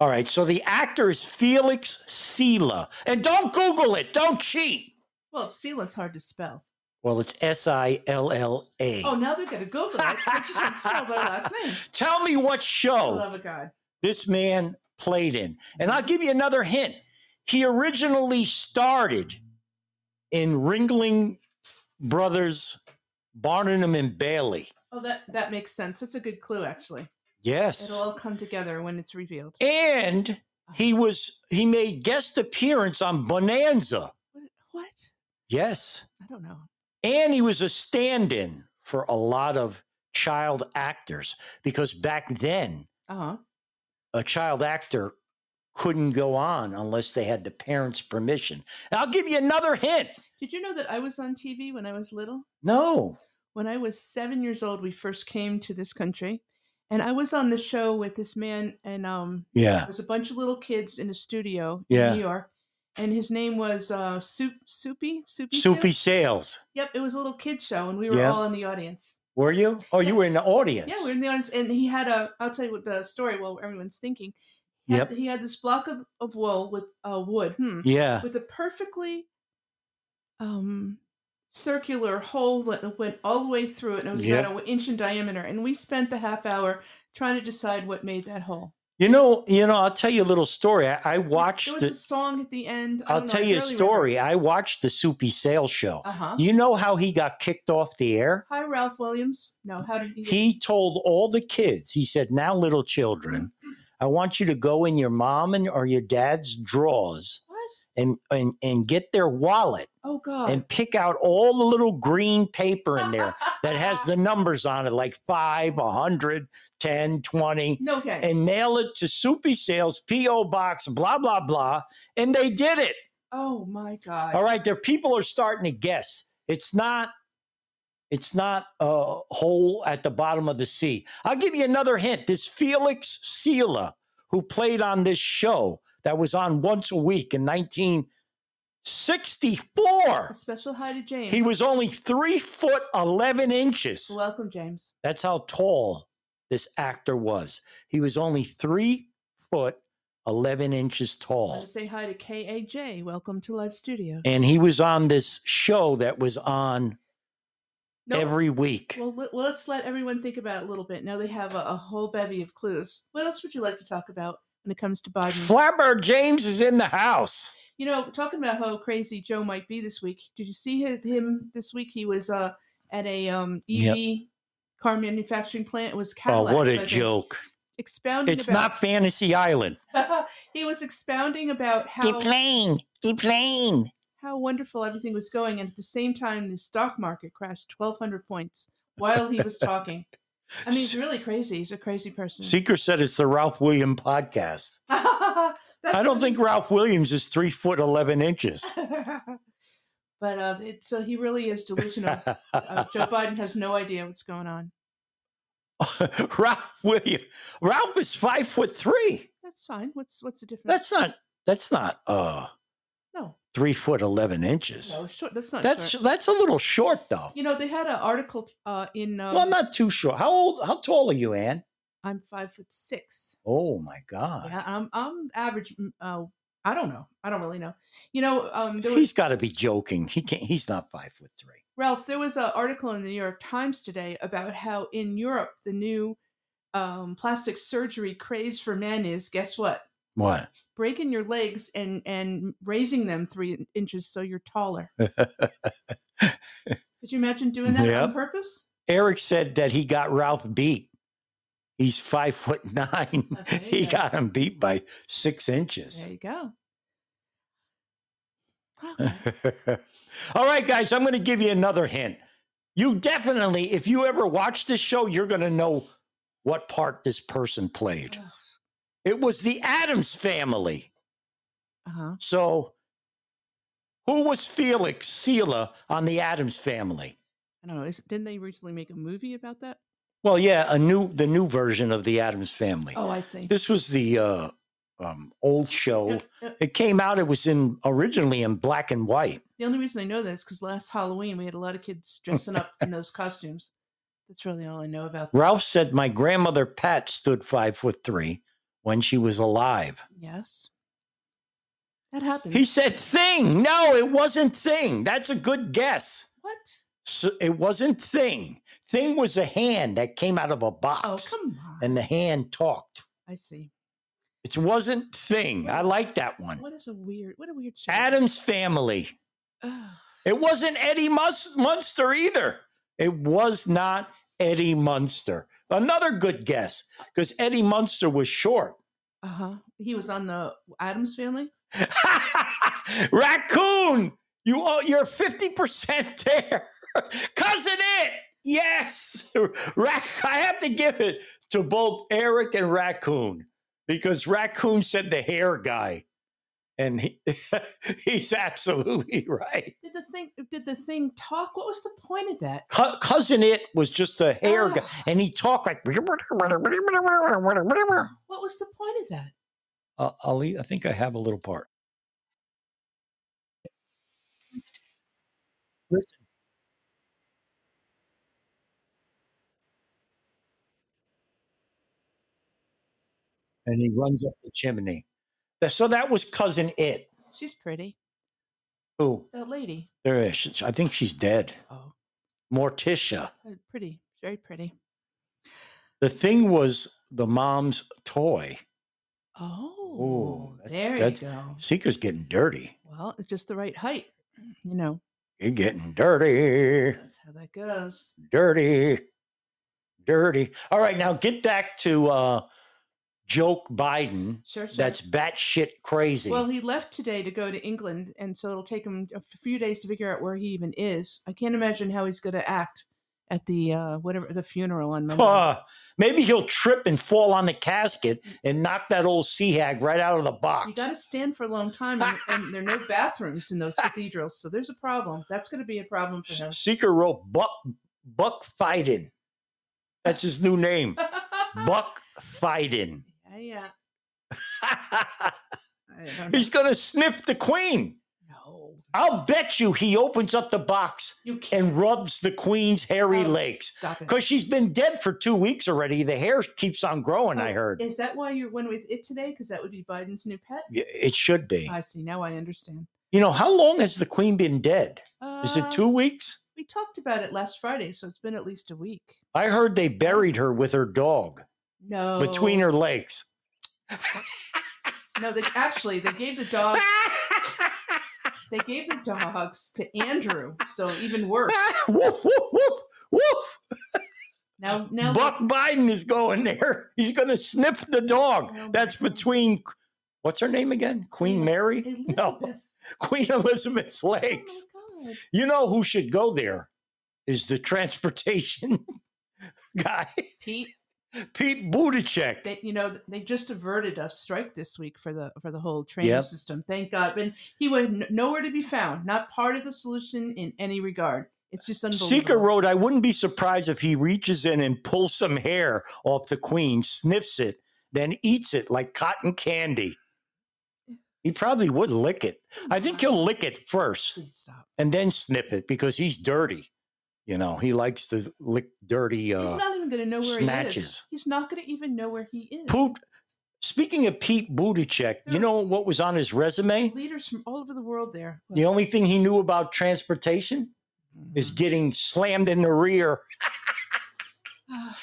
[SPEAKER 2] All right. So the actor is Felix Sela. And don't Google it. Don't cheat.
[SPEAKER 3] Well, Sela's hard to spell.
[SPEAKER 2] Well, it's S I L L A.
[SPEAKER 3] Oh, now they're going to Google it. They just can't spell their last name.
[SPEAKER 2] Tell me what
[SPEAKER 3] For the
[SPEAKER 2] show
[SPEAKER 3] love of God.
[SPEAKER 2] this man played in. And I'll give you another hint. He originally started in Ringling Brothers, Barnum and Bailey.
[SPEAKER 3] Oh, that, that makes sense. That's a good clue, actually. It'll
[SPEAKER 2] Yes.
[SPEAKER 3] all come together when it's revealed.
[SPEAKER 2] And he was he made guest appearance on Bonanza.
[SPEAKER 3] What? what?
[SPEAKER 2] Yes.
[SPEAKER 3] I don't know.
[SPEAKER 2] And he was a stand in for a lot of child actors because back then,
[SPEAKER 3] Uh huh.
[SPEAKER 2] a child actor couldn't go on unless they had the parents' permission. And I'll give you another hint.
[SPEAKER 3] Did you know that I was on TV when I was little?
[SPEAKER 2] No.
[SPEAKER 3] When I was seven years old, we first came to this country, and I was on the show with this man, and um,
[SPEAKER 2] Yeah.
[SPEAKER 3] it was a bunch of little kids in a studio
[SPEAKER 2] Yeah.
[SPEAKER 3] in New York, and his name was uh, Soup Soupy Soupy Soup?
[SPEAKER 2] Soupy Sales.
[SPEAKER 3] Yep, it was a little kid show, and we were
[SPEAKER 2] Yeah.
[SPEAKER 3] all in the audience.
[SPEAKER 2] Were you? Oh,
[SPEAKER 3] Yeah.
[SPEAKER 2] you were in the audience.
[SPEAKER 3] Yeah, we were in the audience, and he had a. I'll tell you what the story while everyone's thinking. He had-
[SPEAKER 2] Yep.
[SPEAKER 3] He had this block of, of wool with uh, wood. Hmm.
[SPEAKER 2] Yeah.
[SPEAKER 3] with a perfectly um circular hole that went all the way through it and it was
[SPEAKER 2] Yeah.
[SPEAKER 3] about an inch in diameter and we spent the half hour trying to decide what made that hole
[SPEAKER 2] You know, you know, I'll tell you a little story. I, I watched
[SPEAKER 3] there was a
[SPEAKER 2] the,
[SPEAKER 3] song at the end I
[SPEAKER 2] I'll
[SPEAKER 3] don't know,
[SPEAKER 2] tell
[SPEAKER 3] I
[SPEAKER 2] you a
[SPEAKER 3] barely
[SPEAKER 2] story. I watched the Soupy Sales show.
[SPEAKER 3] remember. uh-huh
[SPEAKER 2] Do you know how he got kicked off the air?
[SPEAKER 3] hi ralph williams no how did he,
[SPEAKER 2] he told all the kids he said now little children i want you to go in your mom and or your dad's drawers
[SPEAKER 3] what
[SPEAKER 2] and and, and get their wallet
[SPEAKER 3] oh god
[SPEAKER 2] and pick out all the little green paper in there that has the numbers on it like 5 100 10 20
[SPEAKER 3] no okay
[SPEAKER 2] and mail it to soupy sales po box blah blah blah and they did it
[SPEAKER 3] oh my god
[SPEAKER 2] all right, there people are starting to guess. It's not it's not a hole at the bottom of the sea. I'll give you another hint. This Felix Sela, who played on this show that was on once a week in 1964.
[SPEAKER 3] a special hi to james
[SPEAKER 2] He was only three foot eleven inches.
[SPEAKER 3] welcome james
[SPEAKER 2] That's how tall this actor was. He was only three foot eleven inches tall.
[SPEAKER 3] let's say hi to kaj welcome to live studio
[SPEAKER 2] and he was on this show that was on
[SPEAKER 3] no
[SPEAKER 2] every week.
[SPEAKER 3] Well, let, well, let's let everyone think about it a little bit. Now they have a, a whole bevy of clues. What else would you like to talk about when it comes to Biden?
[SPEAKER 2] Flapper James is in the house.
[SPEAKER 3] you know, talking about how crazy Joe might be this week. Did you see hi- him this week? He was uh, at a um, EV car manufacturing plant. It was Cadillac.
[SPEAKER 2] oh, what a joke!
[SPEAKER 3] Expounding
[SPEAKER 2] It's
[SPEAKER 3] about,
[SPEAKER 2] not Fantasy Island.
[SPEAKER 3] not. he was expounding about
[SPEAKER 2] Keep
[SPEAKER 3] how
[SPEAKER 2] playing. Keep playing.
[SPEAKER 3] how wonderful everything was going, and at the same time, the stock market crashed twelve hundred points while he was talking. I mean, he's really crazy. He's a crazy person.
[SPEAKER 2] Seeker said it's the Ralph Williams podcast. I don't think Ralph Williams is three foot eleven inches.
[SPEAKER 3] but uh, it, so he really is delusional. uh, Joe Biden has no idea what's going on.
[SPEAKER 2] Ralph Williams. Ralph is five foot three.
[SPEAKER 3] That's fine. What's what's the difference?
[SPEAKER 2] That's not. That's not. Uh,
[SPEAKER 3] no,
[SPEAKER 2] three foot eleven inches.
[SPEAKER 3] no, short. That's not.
[SPEAKER 2] that's
[SPEAKER 3] short.
[SPEAKER 2] that's a little short though.
[SPEAKER 3] you know they had an article t- uh, in. Um,
[SPEAKER 2] well, not too short. How old? How tall are you, Ann?
[SPEAKER 3] I'm five foot six.
[SPEAKER 2] Oh my God.
[SPEAKER 3] Yeah, I'm I'm average. mm, Uh, I don't know. I don't really know. You know, um, there was
[SPEAKER 2] He's got to be joking. He can't. He's not five foot three.
[SPEAKER 3] Ralph, there was an article in the New York Times today about how in Europe the new um, plastic surgery craze for men is guess what
[SPEAKER 2] What?
[SPEAKER 3] breaking your legs and and raising them three in- inches so you're taller. Could you imagine doing that
[SPEAKER 2] Yep.
[SPEAKER 3] on purpose?
[SPEAKER 2] Eric said that he got Ralph beat. He's five foot nine.
[SPEAKER 3] Okay,
[SPEAKER 2] he
[SPEAKER 3] yeah.
[SPEAKER 2] got him beat by six inches.
[SPEAKER 3] There you go.
[SPEAKER 2] All right, guys, I'm going to give you another hint. You definitely, if you ever watch this show, you're going to know what part this person played. It was the Adams family.
[SPEAKER 3] Uh huh.
[SPEAKER 2] So, who was Felix Sela on the Adams family?
[SPEAKER 3] I don't know. Is, didn't they recently make a movie about that?
[SPEAKER 2] Well, yeah, a new the new version of the Adams family.
[SPEAKER 3] Oh, I see.
[SPEAKER 2] This was the uh, um, old show.
[SPEAKER 3] Uh, uh,
[SPEAKER 2] It came out. It was in originally in black and white.
[SPEAKER 3] The only reason I know this because last Halloween we had a lot of kids dressing up in those costumes. That's really all I know about. that.
[SPEAKER 2] Ralph said my grandmother Pat stood five foot three when she was alive.
[SPEAKER 3] Yes, that happened.
[SPEAKER 2] He said thing. No, it wasn't thing. That's a good guess.
[SPEAKER 3] what?
[SPEAKER 2] So it wasn't thing. Thing was a hand that came out of a
[SPEAKER 3] Oh,
[SPEAKER 2] box,
[SPEAKER 3] come on.
[SPEAKER 2] and the hand talked.
[SPEAKER 3] I see.
[SPEAKER 2] It wasn't thing. I like that one.
[SPEAKER 3] What is a weird? What a weird show.
[SPEAKER 2] Adam's family.
[SPEAKER 3] Ugh.
[SPEAKER 2] It wasn't Eddie Mus- Munster either. It was not Eddie Munster. Another good guess because Eddie Munster was short.
[SPEAKER 3] Uh huh. He was on the Adams Family.
[SPEAKER 2] Raccoon, you owe, you're fifty percent there. Cousin it. Yes, Rac- I have to give it to both Eric and Raccoon because Raccoon said the hair guy, and he, he's absolutely right.
[SPEAKER 3] Did the thing? Did the thing talk? What was the point of that?
[SPEAKER 2] Cou- Cousin it was just a hair guy,
[SPEAKER 3] Ah.
[SPEAKER 2] and he talked like. "Uh,
[SPEAKER 3] What was the point of that?
[SPEAKER 2] Uh, Ali, I think I have a little part. Listen. And he runs up the chimney. Th- So that was cousin it.
[SPEAKER 3] She's pretty.
[SPEAKER 2] Who?
[SPEAKER 3] That lady.
[SPEAKER 2] There is. she's- I think she's dead.
[SPEAKER 3] Oh,
[SPEAKER 2] Morticia.
[SPEAKER 3] uh, pretty. Very pretty.
[SPEAKER 2] The thing was the mom's toy.
[SPEAKER 3] Oh,
[SPEAKER 2] that's-
[SPEAKER 3] there
[SPEAKER 2] that's-
[SPEAKER 3] you go.
[SPEAKER 2] Seeker's getting dirty.
[SPEAKER 3] Well, it's just the right height. You know,
[SPEAKER 2] You're getting dirty.
[SPEAKER 3] that's how that goes.
[SPEAKER 2] dirty dirty all right now get back to uh joke biden
[SPEAKER 3] Sure, sure.
[SPEAKER 2] that's batshit crazy
[SPEAKER 3] well, he left today to go to England, and so it'll take him a f- few days to figure out where he even is. I can't imagine how he's going to act at the uh whatever the funeral on Monday.
[SPEAKER 2] Huh. maybe he'll trip and fall on the casket and knock that old sea hag right out of the
[SPEAKER 3] You
[SPEAKER 2] box
[SPEAKER 3] got to stand for a long time, and, and there are no bathrooms in those cathedrals, so there's a problem. That's going to be a problem for him.
[SPEAKER 2] S- seeker wrote buck buck Fiden. that's his new name buck Fiden.
[SPEAKER 3] yeah, yeah. I don't
[SPEAKER 2] he's gonna sniff the queen
[SPEAKER 3] know.
[SPEAKER 2] i'll bet you he opens up the box
[SPEAKER 3] You can't.
[SPEAKER 2] and rubs the queen's hairy
[SPEAKER 3] Oh,
[SPEAKER 2] legs
[SPEAKER 3] Stop it.
[SPEAKER 2] Because she's been dead for two weeks already. The hair keeps on growing, I
[SPEAKER 3] Oh,
[SPEAKER 2] heard.
[SPEAKER 3] Is that why you're one with it today? Because that would be Biden's new pet.
[SPEAKER 2] Y- It should be.
[SPEAKER 3] I see. Now I understand.
[SPEAKER 2] You know, how long has the queen been dead? Is it
[SPEAKER 3] Uh,
[SPEAKER 2] two weeks?
[SPEAKER 3] We talked about it last Friday, so it's been at least a week.
[SPEAKER 2] I heard they buried her with her dog
[SPEAKER 3] No,
[SPEAKER 2] between her legs.
[SPEAKER 3] No, they actually they gave the dog. They gave the dogs to Andrew, so even worse.
[SPEAKER 2] woof, woof, woof, woof.
[SPEAKER 3] Now, now,
[SPEAKER 2] Buck Biden is going there. He's going to sniff the dog.
[SPEAKER 3] Oh my
[SPEAKER 2] That's
[SPEAKER 3] God.
[SPEAKER 2] between, what's her name again? Queen
[SPEAKER 3] Queen
[SPEAKER 2] Mary?
[SPEAKER 3] Elizabeth.
[SPEAKER 2] No, Queen Elizabeth's legs.
[SPEAKER 3] Oh my God.
[SPEAKER 2] You know who should go there is the transportation guy,
[SPEAKER 3] Pete,
[SPEAKER 2] Pete Buttigieg.
[SPEAKER 3] they, you know, they just averted a strike this week for the for the whole train
[SPEAKER 2] Yep.
[SPEAKER 3] system. Thank God. But he was n- nowhere to be found. Not part of the solution in any regard. It's just unbelievable.
[SPEAKER 2] Seeker wrote, I wouldn't be surprised if he reaches in and pulls some hair off the queen, sniffs it, then eats it like cotton candy. He probably would lick it. I think he'll lick it first
[SPEAKER 3] Please stop.
[SPEAKER 2] and then sniff it because he's dirty. You know, he likes to lick dirty
[SPEAKER 3] He's
[SPEAKER 2] uh,
[SPEAKER 3] not even going to know where he
[SPEAKER 2] snatches.
[SPEAKER 3] is. He's not going to even know where he is.
[SPEAKER 2] poop. Speaking of Pete Buttigieg, you know what was on his resume?
[SPEAKER 3] Leaders from all over the world there.
[SPEAKER 2] The only thing he knew about transportation is
[SPEAKER 3] Mm-hmm.
[SPEAKER 2] getting slammed in the rear.
[SPEAKER 3] Ah,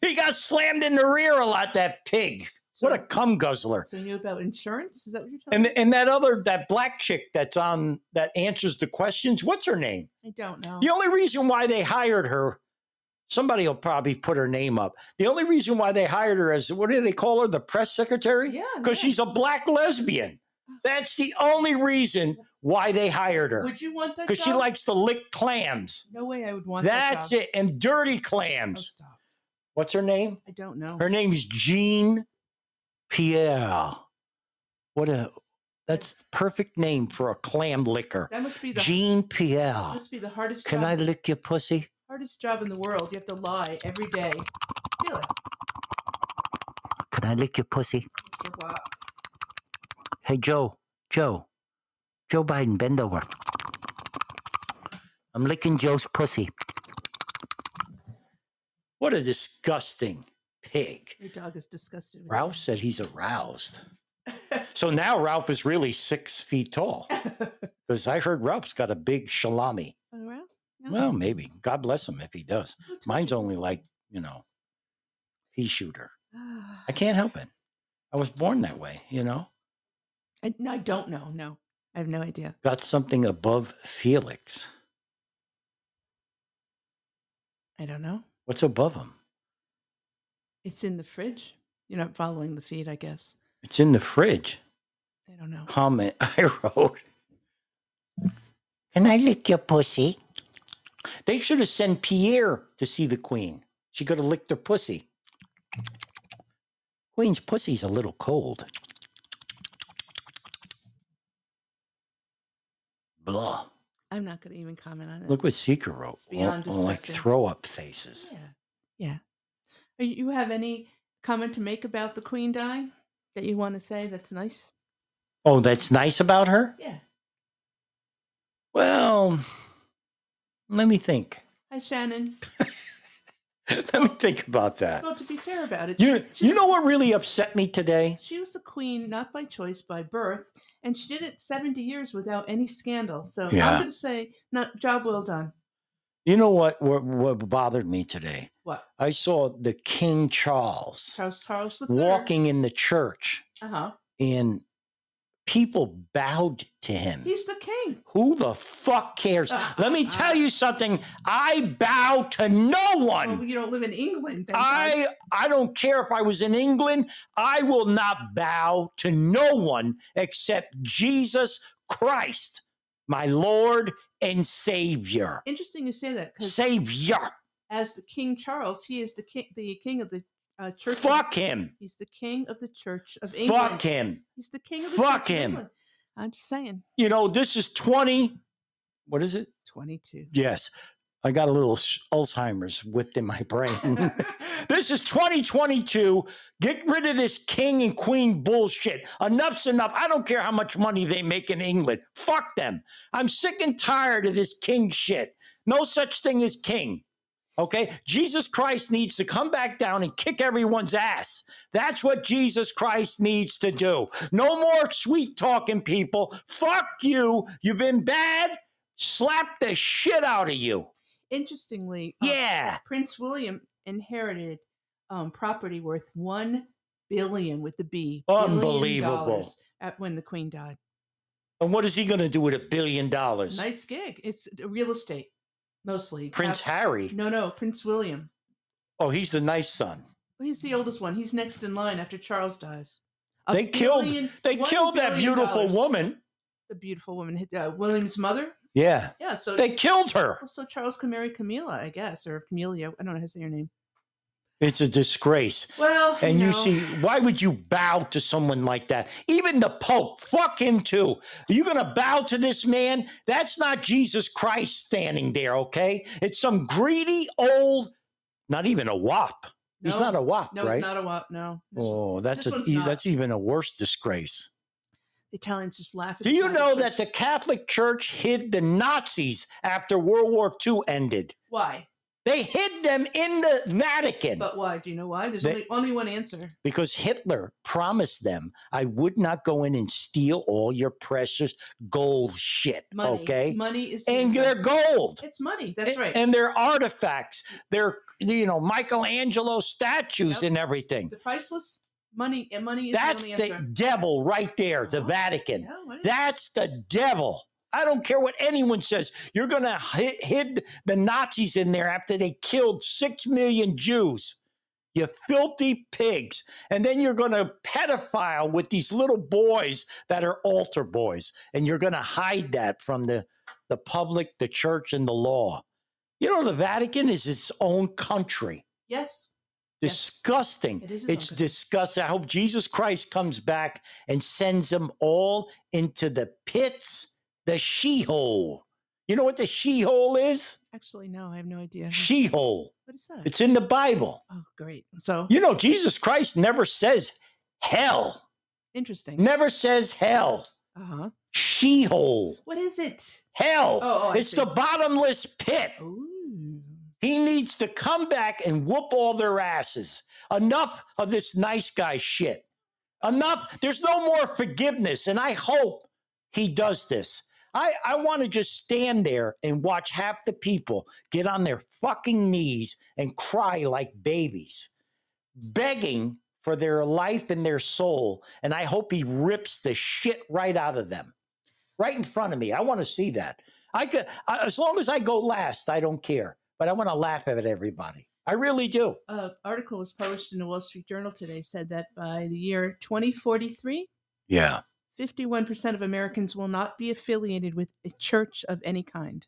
[SPEAKER 2] he got slammed in the rear a lot, that pig.
[SPEAKER 3] So,
[SPEAKER 2] What a cum guzzler.
[SPEAKER 3] so you knew about insurance? Is that what you're talking
[SPEAKER 2] And and that other that black chick that's on that answers the questions. What's her name?
[SPEAKER 3] I don't know.
[SPEAKER 2] The only reason why they hired her, somebody will probably put her name up. The only reason why they hired her as what do they call her? The press secretary?
[SPEAKER 3] yeah.
[SPEAKER 2] Because
[SPEAKER 3] yeah.
[SPEAKER 2] she's a black lesbian. That's the only reason why they hired her.
[SPEAKER 3] Would you want that?
[SPEAKER 2] Because she
[SPEAKER 3] job?
[SPEAKER 2] likes to lick clams.
[SPEAKER 3] No way I would want
[SPEAKER 2] That's
[SPEAKER 3] that.
[SPEAKER 2] it. And dirty
[SPEAKER 3] job. Oh,
[SPEAKER 2] clams.
[SPEAKER 3] stop.
[SPEAKER 2] What's her name?
[SPEAKER 3] I don't know.
[SPEAKER 2] Her name's Jean Pierre. What a that's the perfect name for a clam licker.
[SPEAKER 3] that must be the
[SPEAKER 2] Jean Pierre.
[SPEAKER 3] must be the hardest
[SPEAKER 2] Can
[SPEAKER 3] job,
[SPEAKER 2] I lick your pussy?
[SPEAKER 3] hardest job in the world. You have to lie every day. Felix,
[SPEAKER 2] Can I lick your pussy?
[SPEAKER 3] Mr. Wop.
[SPEAKER 2] Hey, Joe, Joe, Joe Biden, bend over. I'm licking Joe's pussy. What a disgusting pig.
[SPEAKER 3] Your dog is disgusted with
[SPEAKER 2] Ralph said he's aroused. so now Ralph is really six feet tall
[SPEAKER 3] you.
[SPEAKER 2] because I heard Ralph's got a big shalami.
[SPEAKER 3] Oh, Ralph? Yeah.
[SPEAKER 2] Well, maybe. God bless him if he does.
[SPEAKER 3] Who told
[SPEAKER 2] Mine's
[SPEAKER 3] you?
[SPEAKER 2] only like, you know, pea shooter.
[SPEAKER 3] Ah,
[SPEAKER 2] I can't help it. I was born that way, you know?
[SPEAKER 3] I, no, I don't know. No, I have no idea.
[SPEAKER 2] Got something above Felix.
[SPEAKER 3] I don't know.
[SPEAKER 2] What's above him?
[SPEAKER 3] It's in the fridge. You're not following the feed, I guess.
[SPEAKER 2] It's in the fridge.
[SPEAKER 3] I don't know.
[SPEAKER 2] Comment I wrote. Can I lick your pussy? They should have sent Pierre to see the queen. She could have licked her pussy. Queen's pussy's a little cold. Blah.
[SPEAKER 3] I'm not going to even comment on it.
[SPEAKER 2] Look what Seeker wrote.
[SPEAKER 3] beyond
[SPEAKER 2] Oh, like
[SPEAKER 3] disgusting.
[SPEAKER 2] throw up faces.
[SPEAKER 3] yeah, yeah. Uh, You have any comment to make about the queen dying that you want to say? That's nice.
[SPEAKER 2] Oh, that's nice about her?
[SPEAKER 3] Yeah.
[SPEAKER 2] Well, let me think.
[SPEAKER 3] Hi, Shannon.
[SPEAKER 2] let me think about that.
[SPEAKER 3] Well, to be fair about it,
[SPEAKER 2] You
[SPEAKER 3] she-
[SPEAKER 2] you know what really upset me today?
[SPEAKER 3] she was the queen not by choice, by birth, and she did it 70 years without any scandal. So
[SPEAKER 2] Yeah.
[SPEAKER 3] I'm going to say, not job well done.
[SPEAKER 2] You know what what, what bothered me today?
[SPEAKER 3] What?
[SPEAKER 2] I saw the King Charles
[SPEAKER 3] Charles Charles III.
[SPEAKER 2] walking in the church
[SPEAKER 3] Uh huh.
[SPEAKER 2] and people bowed to him.
[SPEAKER 3] He's Uh, the king.
[SPEAKER 2] Who the fuck cares? Let me tell you something. I bow to no one.
[SPEAKER 3] Well, you don't live in England. thank God.
[SPEAKER 2] I I don't care if I was in England. I will not bow to no one except Jesus Christ, my Lord and Savior.
[SPEAKER 3] Interesting you say that because
[SPEAKER 2] Savior.
[SPEAKER 3] as the King Charles, he is the king, the king of the uh, church. of-
[SPEAKER 2] Fuck him.
[SPEAKER 3] He's the king of the church of England.
[SPEAKER 2] Fuck him.
[SPEAKER 3] He's the king of the
[SPEAKER 2] Fuck
[SPEAKER 3] Church of
[SPEAKER 2] him.
[SPEAKER 3] England. I'm just saying.
[SPEAKER 2] You know, this is 20. What is it?
[SPEAKER 3] 22.
[SPEAKER 2] Yes. I got a little sh- Alzheimer's whipped in my brain. this is 2022. Get rid of this king and queen bullshit. Enough's enough. I don't care how much money they make in England. Fuck them. I'm sick and tired of this king shit. No such thing as king. Okay? Jesus Christ needs to come back down and kick everyone's ass. That's what Jesus Christ needs to do. No more sweet talking people. Fuck you. You've been bad. Slap the shit out of you.
[SPEAKER 3] Interestingly, uh,
[SPEAKER 2] Yeah.
[SPEAKER 3] Prince William inherited um, property worth 1 billion with the B. billion
[SPEAKER 2] Unbelievable.
[SPEAKER 3] dollars At when the queen died.
[SPEAKER 2] And what is he going to do with a billion dollars?
[SPEAKER 3] Nice gig. It's d- real estate mostly.
[SPEAKER 2] Prince
[SPEAKER 3] Half-
[SPEAKER 2] Harry.
[SPEAKER 3] No, no, Prince William.
[SPEAKER 2] Oh, he's the nice son.
[SPEAKER 3] Well, He's the oldest one. He's next in line after Charles dies.
[SPEAKER 2] They killed- They
[SPEAKER 3] one
[SPEAKER 2] killed that
[SPEAKER 3] billion
[SPEAKER 2] beautiful
[SPEAKER 3] dollars.
[SPEAKER 2] woman.
[SPEAKER 3] The beautiful woman, uh, William's mother.
[SPEAKER 2] Yeah.
[SPEAKER 3] Yeah, so
[SPEAKER 2] They killed her.
[SPEAKER 3] Well, so Charles can marry Camilla, I guess, or Camelia. I don't know how to say your name.
[SPEAKER 2] It's a disgrace.
[SPEAKER 3] Well,
[SPEAKER 2] And you
[SPEAKER 3] know,
[SPEAKER 2] see, why would you bow to someone like that? Even the Pope, fuck him too. Are you going to bow to this man? That's not Jesus Christ standing there, okay? It's some greedy old, not even a wop. He's
[SPEAKER 3] No.
[SPEAKER 2] not a wop,
[SPEAKER 3] no,
[SPEAKER 2] right?
[SPEAKER 3] it's not a wop. No, This-
[SPEAKER 2] oh, that's
[SPEAKER 3] this
[SPEAKER 2] a,
[SPEAKER 3] one's not.
[SPEAKER 2] that's even a worse disgrace.
[SPEAKER 3] the Italians just laugh. At
[SPEAKER 2] Do
[SPEAKER 3] the
[SPEAKER 2] you
[SPEAKER 3] Catholic
[SPEAKER 2] know
[SPEAKER 3] Church.
[SPEAKER 2] that the Catholic Church hid the Nazis after World War II ended?
[SPEAKER 3] Why?
[SPEAKER 2] They hid them in the Vatican
[SPEAKER 3] But why? Do you know why? There's
[SPEAKER 2] They-
[SPEAKER 3] only only one answer.
[SPEAKER 2] because Hitler promised them, I would not go in and steal all your precious gold shit.
[SPEAKER 3] Money.
[SPEAKER 2] Okay.
[SPEAKER 3] Money is the
[SPEAKER 2] And
[SPEAKER 3] answer.
[SPEAKER 2] their gold.
[SPEAKER 3] It's money. That's
[SPEAKER 2] a-
[SPEAKER 3] right.
[SPEAKER 2] And their artifacts, their, you know, Michelangelo statues
[SPEAKER 3] Yep.
[SPEAKER 2] and everything.
[SPEAKER 3] the priceless Money and money is
[SPEAKER 2] That's
[SPEAKER 3] the only
[SPEAKER 2] the
[SPEAKER 3] answer.
[SPEAKER 2] devil right there, the
[SPEAKER 3] Oh,
[SPEAKER 2] Vatican.
[SPEAKER 3] No, what is
[SPEAKER 2] That's the devil. I don't care what anyone says. You're going to hid the Nazis in there after they killed six million Jews. You filthy pigs. And then you're going to pedophile with these little boys that are altar boys. And you're going to hide that from the, the public, the church, and the law. You know, the Vatican is its own country.
[SPEAKER 3] Yes. Yes.
[SPEAKER 2] Disgusting.
[SPEAKER 3] It is his own
[SPEAKER 2] it's
[SPEAKER 3] country.
[SPEAKER 2] disgusting. I hope Jesus Christ comes back and sends them all into the pits, the she hole. You know what the she hole is?
[SPEAKER 3] Actually, no, I have no idea.
[SPEAKER 2] She hole.
[SPEAKER 3] What is that?
[SPEAKER 2] It's in the Bible.
[SPEAKER 3] oh, great. So
[SPEAKER 2] You know, Jesus Christ never says hell,
[SPEAKER 3] interesting.
[SPEAKER 2] never says hell.
[SPEAKER 3] Uh huh.
[SPEAKER 2] She hole.
[SPEAKER 3] What is it?
[SPEAKER 2] Hell.
[SPEAKER 3] Oh, oh, I
[SPEAKER 2] it's
[SPEAKER 3] see.
[SPEAKER 2] the bottomless pit.
[SPEAKER 3] Ooh.
[SPEAKER 2] He needs to come back and whoop all their asses. Enough of this nice guy shit. Enough. There's no more forgiveness. And I hope he does this. I, I want to just stand there and watch half the people get on their fucking knees and cry like babies, begging for their life and their soul. And I hope he rips the shit right out of them, right in front of me. I want to see that. I could, I- as long as I go last, I don't care. But I want to laugh at everybody. I really do.
[SPEAKER 3] A uh, article was published in the Wall Street Journal today said that by the year 2043,
[SPEAKER 2] Yeah.
[SPEAKER 3] 51% of Americans will not be affiliated with a church of any kind.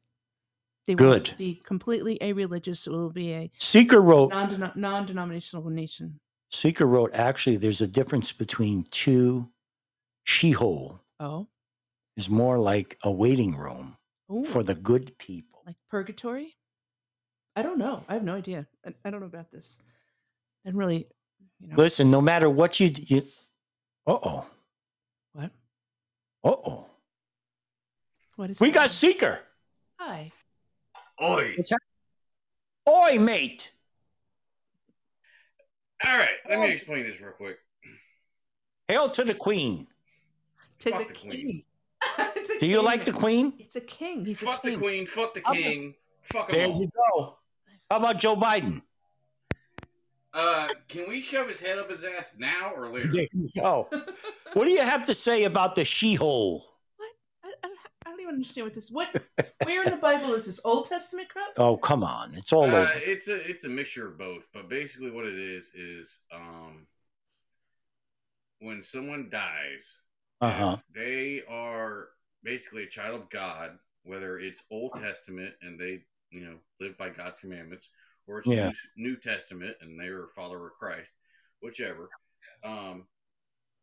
[SPEAKER 3] They
[SPEAKER 2] Good. Oh.
[SPEAKER 3] will be completely a-religious. It will be a
[SPEAKER 2] Seeker wrote.
[SPEAKER 3] non-denom- non-denominational nation.
[SPEAKER 2] Seeker wrote. Actually, there's a difference between two. Sheol
[SPEAKER 3] Oh,
[SPEAKER 2] is more like a waiting room
[SPEAKER 3] Ooh.
[SPEAKER 2] for the good people.
[SPEAKER 3] like purgatory? I don't know. I have no idea. I, I don't know about this. And really, you know,
[SPEAKER 2] Listen, no matter what you, d- you uh oh,
[SPEAKER 3] what?
[SPEAKER 2] uh oh,
[SPEAKER 3] What is
[SPEAKER 2] we
[SPEAKER 3] it?
[SPEAKER 2] got Seeker.
[SPEAKER 3] Hi.
[SPEAKER 5] Oi.
[SPEAKER 2] Oi, mate.
[SPEAKER 5] All right, let
[SPEAKER 4] Oh,
[SPEAKER 2] Oi.
[SPEAKER 5] me explain this real quick.
[SPEAKER 2] Hail to the Queen.
[SPEAKER 3] To
[SPEAKER 5] Fuck
[SPEAKER 3] the
[SPEAKER 5] the queen.
[SPEAKER 3] king. It's a
[SPEAKER 2] Do you like the
[SPEAKER 3] king.
[SPEAKER 2] Queen?
[SPEAKER 3] It's a king. He's
[SPEAKER 5] fuck
[SPEAKER 3] a king.
[SPEAKER 5] the queen, fuck the
[SPEAKER 2] I'm a-
[SPEAKER 5] king, fuck 'em
[SPEAKER 2] There
[SPEAKER 5] all.
[SPEAKER 2] you go. How about Joe Biden?
[SPEAKER 5] Uh, can we shove his head up his ass now or later?
[SPEAKER 2] There you go. oh. What do you have to say about the she-hole?
[SPEAKER 3] I, I, don't- I don't even understand what this. What? Where in the Bible is this Old Testament crap?
[SPEAKER 2] Oh, come on. It's all
[SPEAKER 5] Uh,
[SPEAKER 2] over.
[SPEAKER 5] it's a it's a mixture of both, but basically what it is is um when someone dies,
[SPEAKER 2] Uh-huh.
[SPEAKER 5] they are basically a child of God, whether it's Old Testament and they you know live by God's commandments, or it's
[SPEAKER 2] Yeah.
[SPEAKER 5] New, New Testament and they are a follower of Christ, whichever. Um,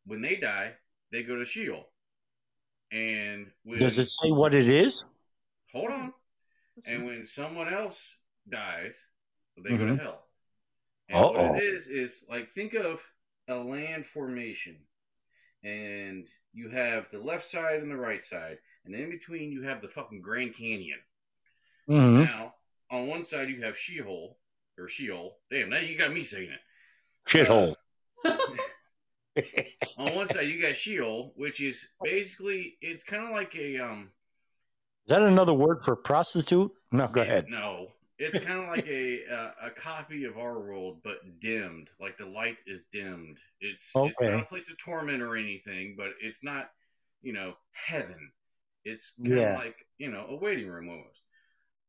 [SPEAKER 5] when they die, they go to Sheol, and when,
[SPEAKER 2] Does it say what it is?
[SPEAKER 5] hold on?
[SPEAKER 3] Let's see.
[SPEAKER 5] And when someone else dies, they go to
[SPEAKER 2] Mhm.
[SPEAKER 5] hell. And
[SPEAKER 2] Uh-oh.
[SPEAKER 5] what it is is like think of a land formation, and you have the left side and the right side, and in between you have the fucking Grand Canyon.
[SPEAKER 2] Mm-hmm.
[SPEAKER 5] Now on one side you have Sheol or Sheol. Damn, now you got me saying it.
[SPEAKER 2] Shithole.
[SPEAKER 5] On one side you got Sheol, which is basically it's kind of like a um.
[SPEAKER 2] Is that another word for prostitute? No, go ahead.
[SPEAKER 5] No, it's kind of like a uh, a copy of our world, but dimmed. Like the light is dimmed. It's it's
[SPEAKER 2] Okay.
[SPEAKER 5] not a place of torment or anything, but it's not you know heaven. It's kind of
[SPEAKER 2] Yeah.
[SPEAKER 5] like you know a waiting room almost.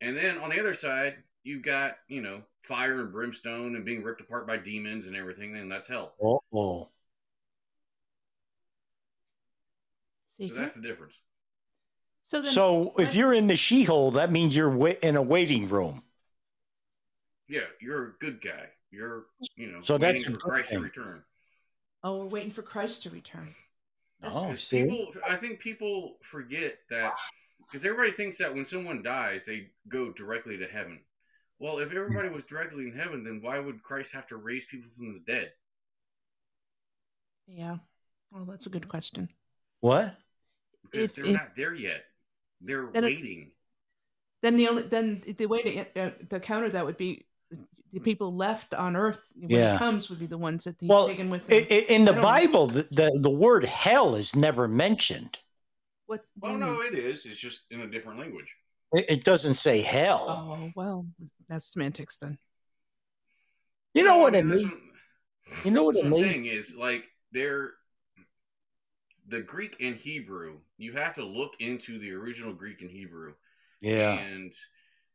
[SPEAKER 5] And then on the other side, you got you know fire and brimstone and being ripped apart by demons and everything, and that's hell.
[SPEAKER 2] Uh-oh.
[SPEAKER 3] See
[SPEAKER 5] So
[SPEAKER 3] here?
[SPEAKER 5] that's the difference.
[SPEAKER 3] so then,
[SPEAKER 2] So if
[SPEAKER 3] I-
[SPEAKER 2] you're in the she-hole, that means you're wa- in a waiting room.
[SPEAKER 5] Yeah, you're a good guy. You're you know
[SPEAKER 2] So that's a
[SPEAKER 5] waiting for
[SPEAKER 2] good
[SPEAKER 5] Christ
[SPEAKER 2] thing.
[SPEAKER 5] to return.
[SPEAKER 3] oh, we're waiting for Christ to return. That's
[SPEAKER 2] Oh,
[SPEAKER 5] If
[SPEAKER 2] see?
[SPEAKER 5] People, I think people forget that because everybody thinks that when someone dies, they go directly to heaven. Well,
[SPEAKER 2] Hmm.
[SPEAKER 5] if everybody was directly in heaven, then why would Christ have to raise people from the dead?
[SPEAKER 3] Yeah. Well, that's a good question.
[SPEAKER 2] What?
[SPEAKER 5] Because
[SPEAKER 3] If-
[SPEAKER 5] they're
[SPEAKER 3] if-
[SPEAKER 5] not there yet. They're
[SPEAKER 3] Then it-
[SPEAKER 5] waiting.
[SPEAKER 3] Then the only then the way to uh, the counter that would be the people left on Earth when
[SPEAKER 2] Yeah.
[SPEAKER 3] he comes would be the ones that he's
[SPEAKER 2] Well,
[SPEAKER 3] taken with him.
[SPEAKER 2] I- I- In the
[SPEAKER 3] I don't know.
[SPEAKER 2] Bible, the, the, the word hell is never mentioned.
[SPEAKER 3] What's
[SPEAKER 5] Well,
[SPEAKER 3] hmm.
[SPEAKER 5] Oh, no, it is. It's just in a different language.
[SPEAKER 2] It, it doesn't say hell.
[SPEAKER 3] Oh well, that's semantics then.
[SPEAKER 2] You know what
[SPEAKER 5] I
[SPEAKER 2] I
[SPEAKER 5] mean, that's
[SPEAKER 2] mean? You know what
[SPEAKER 5] that's
[SPEAKER 2] amazes
[SPEAKER 5] I'm saying is like they're the Greek and Hebrew. You have to look into the original Greek and Hebrew,
[SPEAKER 2] Yeah.
[SPEAKER 5] and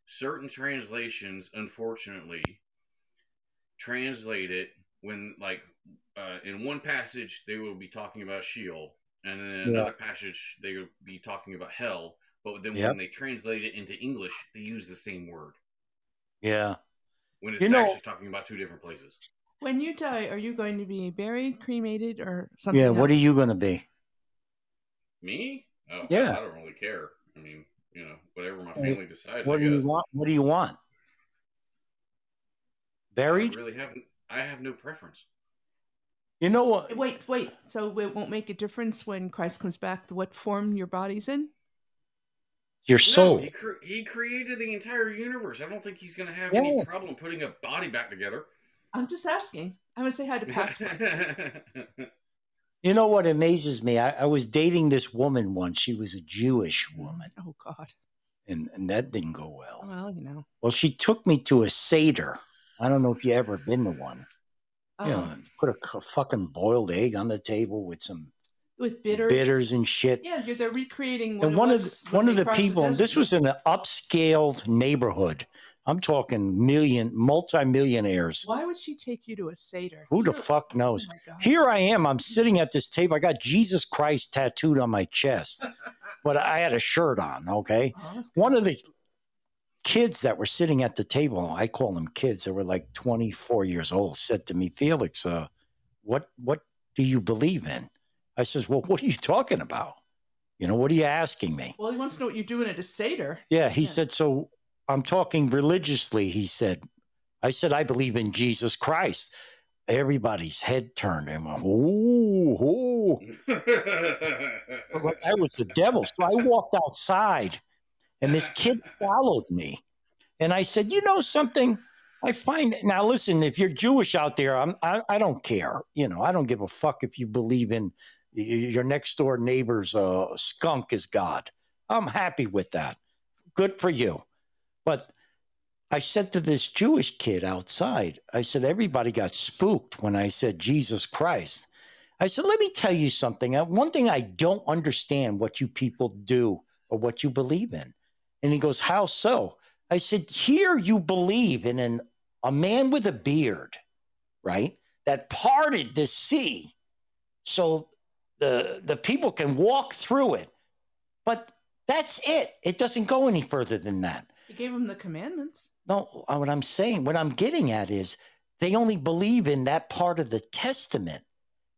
[SPEAKER 5] certain translations, unfortunately, translate it when like uh, in one passage they will be talking about Sheol, and then in
[SPEAKER 2] Yeah.
[SPEAKER 5] another passage they will be talking about Hell. But then
[SPEAKER 2] Yep.
[SPEAKER 5] when they translate it into English, they use the same word
[SPEAKER 2] Yeah.
[SPEAKER 5] when it's
[SPEAKER 2] You know-
[SPEAKER 5] actually talking about two different places.
[SPEAKER 3] When you die, are you going to be buried, cremated, or something?
[SPEAKER 2] Yeah. What are
[SPEAKER 3] else?
[SPEAKER 2] you going to be?
[SPEAKER 5] Me? Oh,
[SPEAKER 2] Yeah.
[SPEAKER 5] I don't really care. I mean, you know, whatever my
[SPEAKER 2] Well,
[SPEAKER 5] family decides.
[SPEAKER 2] What
[SPEAKER 5] I
[SPEAKER 2] do you
[SPEAKER 5] guess.
[SPEAKER 2] want? What do you want? Buried?
[SPEAKER 5] I really have. I have no preference.
[SPEAKER 2] You know what?
[SPEAKER 3] Wait, wait. So it won't make a difference when Christ comes back, what form your body's in?
[SPEAKER 2] Your
[SPEAKER 5] So
[SPEAKER 2] soul.
[SPEAKER 5] he, cre- he created the entire universe. I don't think he's going to have
[SPEAKER 2] Yeah.
[SPEAKER 5] any problem putting a body back together.
[SPEAKER 3] I'm just asking. I'm gonna say hi to Pasqua.
[SPEAKER 2] You know what amazes me? I, I was dating this woman once. She was a Jewish woman,
[SPEAKER 3] oh God.
[SPEAKER 2] and, and that didn't go well.
[SPEAKER 3] Well, you know.
[SPEAKER 2] Well, she took me to a Seder. I don't know if you ever been to one.
[SPEAKER 3] Um,
[SPEAKER 2] You know, put a c- fucking boiled egg on the table with some
[SPEAKER 3] With bitters.
[SPEAKER 2] bitters, and shit.
[SPEAKER 3] Yeah, you're they're recreating. What
[SPEAKER 2] and
[SPEAKER 3] it
[SPEAKER 2] one of
[SPEAKER 3] was
[SPEAKER 2] the,
[SPEAKER 3] when
[SPEAKER 2] one of
[SPEAKER 3] they
[SPEAKER 2] the
[SPEAKER 3] crossed
[SPEAKER 2] people, and
[SPEAKER 3] desert.
[SPEAKER 2] this was in an upscaled neighborhood. I'm talking million, multimillionaires.
[SPEAKER 3] Why would she take you to a seder?
[SPEAKER 2] Who the
[SPEAKER 3] You're-
[SPEAKER 2] fuck
[SPEAKER 3] Oh
[SPEAKER 2] knows?
[SPEAKER 3] my God.
[SPEAKER 2] Here I am. I'm sitting at this table. I got Jesus Christ tattooed on my chest, but I had a shirt on. Okay.
[SPEAKER 3] Oh, that's good.
[SPEAKER 2] one of the kids that were sitting at the table i call them kids they were like 24 years old said to me felix uh, what what do you believe in i says well what are you talking about you know what are you asking me
[SPEAKER 3] Well, he wants to know what you're doing at a seder.
[SPEAKER 2] yeah he
[SPEAKER 3] Yeah.
[SPEAKER 2] said so i'm talking religiously he said i said i believe in jesus christ everybody's head turned and went, ooh, ooh. But, like I was the devil. So I walked outside and this kid followed me. And I said, You know something? I find now listen, if you're Jewish out there, I'm I, I don't care. You know, I don't give a fuck if you believe in y- your next door neighbor's uh, skunk is God. I'm happy with that. Good for you. But I said to this Jewish kid outside, I said, everybody got spooked when I said Jesus Christ. I said, let me tell you something. Uh, One thing I don't understand what you people do or what you believe in. And he goes, How so? I said, Here you believe in an, a man with a beard, right? That parted the sea so the, the people can walk through it. But that's it. It doesn't go any further than that.
[SPEAKER 3] He gave him the commandments.
[SPEAKER 2] No, uh, what I'm saying, what I'm getting at is they only believe in that part of the Testament.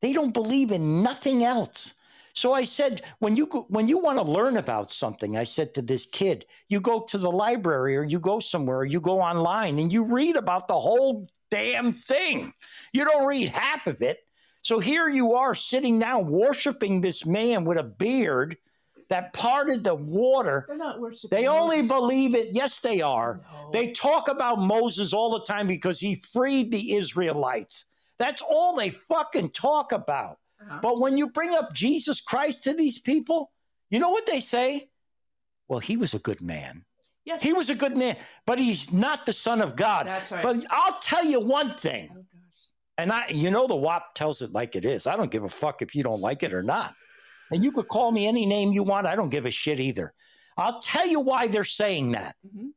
[SPEAKER 2] They don't believe in nothing else. So I said, when you go, when you want to learn about something, I said to this kid, you go to the library or you go somewhere, or you go online and you read about the whole damn thing. You don't read half of it. So here you are sitting now worshiping this man with a beard that parted the water.
[SPEAKER 3] They're not worshiping.
[SPEAKER 2] They only
[SPEAKER 3] Moses.
[SPEAKER 2] believe it. Yes, they are.
[SPEAKER 3] No.
[SPEAKER 2] They talk about Moses all the time because he freed the Israelites. That's all they fucking talk about.
[SPEAKER 3] Uh-huh.
[SPEAKER 2] But when you bring up Jesus Christ to these people, you know what they say? Well, he was a good man.
[SPEAKER 3] Yes.
[SPEAKER 2] He was a good man, but he's not the son of God.
[SPEAKER 3] That's right.
[SPEAKER 2] But I'll tell you one thing,
[SPEAKER 3] oh gosh.
[SPEAKER 2] and I you know the WAP tells it like it is. I don't give a fuck if you don't like it or not. And you could call me any name you want. I don't give a shit either. I'll tell you why they're saying that
[SPEAKER 3] hmm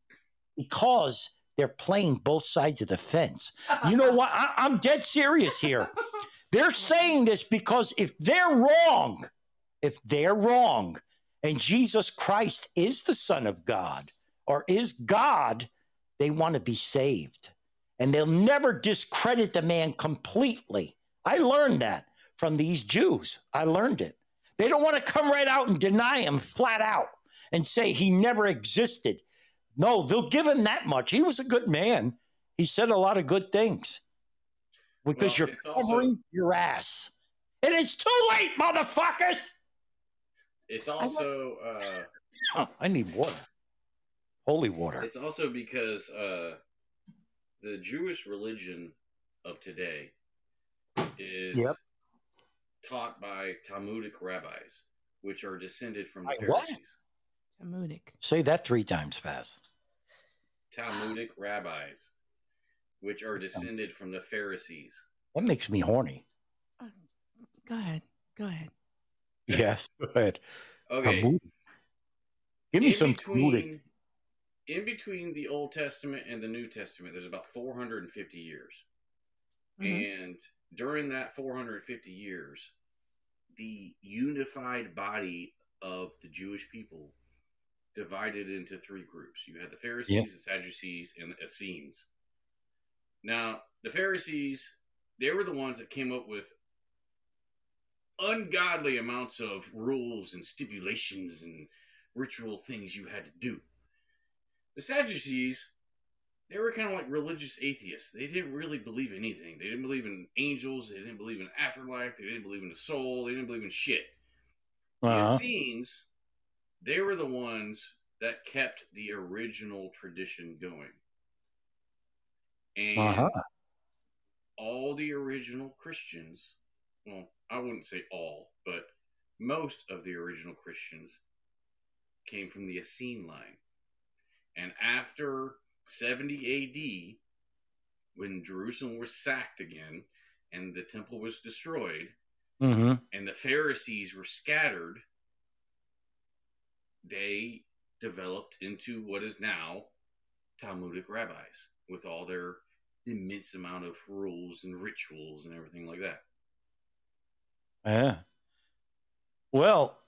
[SPEAKER 2] because they're playing both sides of the fence. You know what? I, I'm dead serious here. They're saying this because if they're wrong, if they're wrong, and Jesus Christ is the Son of God or is God, they want to be saved. And they'll never discredit the man completely. I learned that from these Jews. I learned it. They don't want to come right out and deny him flat out and say he never existed. No, they'll give him that much. He was a good man. He said a lot of good things because
[SPEAKER 5] Well,
[SPEAKER 2] you're
[SPEAKER 5] it's also-
[SPEAKER 2] covering your ass. It is too late, motherfuckers.
[SPEAKER 5] it's also uh,
[SPEAKER 2] Oh, I need water. Holy water.
[SPEAKER 5] it's also because uh, the Jewish religion of today is
[SPEAKER 2] Yep.
[SPEAKER 5] taught by Talmudic rabbis, which are descended from the
[SPEAKER 2] By what?
[SPEAKER 5] Pharisees.
[SPEAKER 3] Talmudic.
[SPEAKER 2] Say that three times fast.
[SPEAKER 5] Talmudic rabbis, which are descended from the Pharisees.
[SPEAKER 2] That makes me horny.
[SPEAKER 3] Go ahead. Go ahead.
[SPEAKER 2] Yes, go ahead.
[SPEAKER 5] Okay.
[SPEAKER 2] A movie. Give me
[SPEAKER 5] in
[SPEAKER 2] some movie.
[SPEAKER 5] between, in between the Old Testament and the New Testament, there's about 450 years.
[SPEAKER 3] Mhm.
[SPEAKER 2] Mm-hmm.
[SPEAKER 5] And during that 450 years, the unified body of the Jewish people divided into three groups. You had the Pharisees,
[SPEAKER 2] Yeah.
[SPEAKER 5] the Sadducees, and the Essenes. Now, the Pharisees, they were the ones that came up with ungodly amounts of rules and stipulations and ritual things you had to do. The Sadducees, they were kind of like religious atheists. They didn't really believe in anything. They didn't believe in angels. They didn't believe in afterlife. They didn't believe in the soul. They didn't believe in shit. The
[SPEAKER 2] Uh-huh.
[SPEAKER 5] Essenes, they were the ones that kept the original tradition going. And
[SPEAKER 2] Uh-huh.
[SPEAKER 5] all the original Christians, well, I wouldn't say all, but most of the original Christians came from the Essene line. And after 70 AD, when Jerusalem was sacked again and the temple was destroyed,
[SPEAKER 2] hmm
[SPEAKER 5] and the Pharisees were scattered, they developed into what is now Talmudic rabbis with all their immense amount of rules and rituals and everything like that.
[SPEAKER 2] Yeah. Well,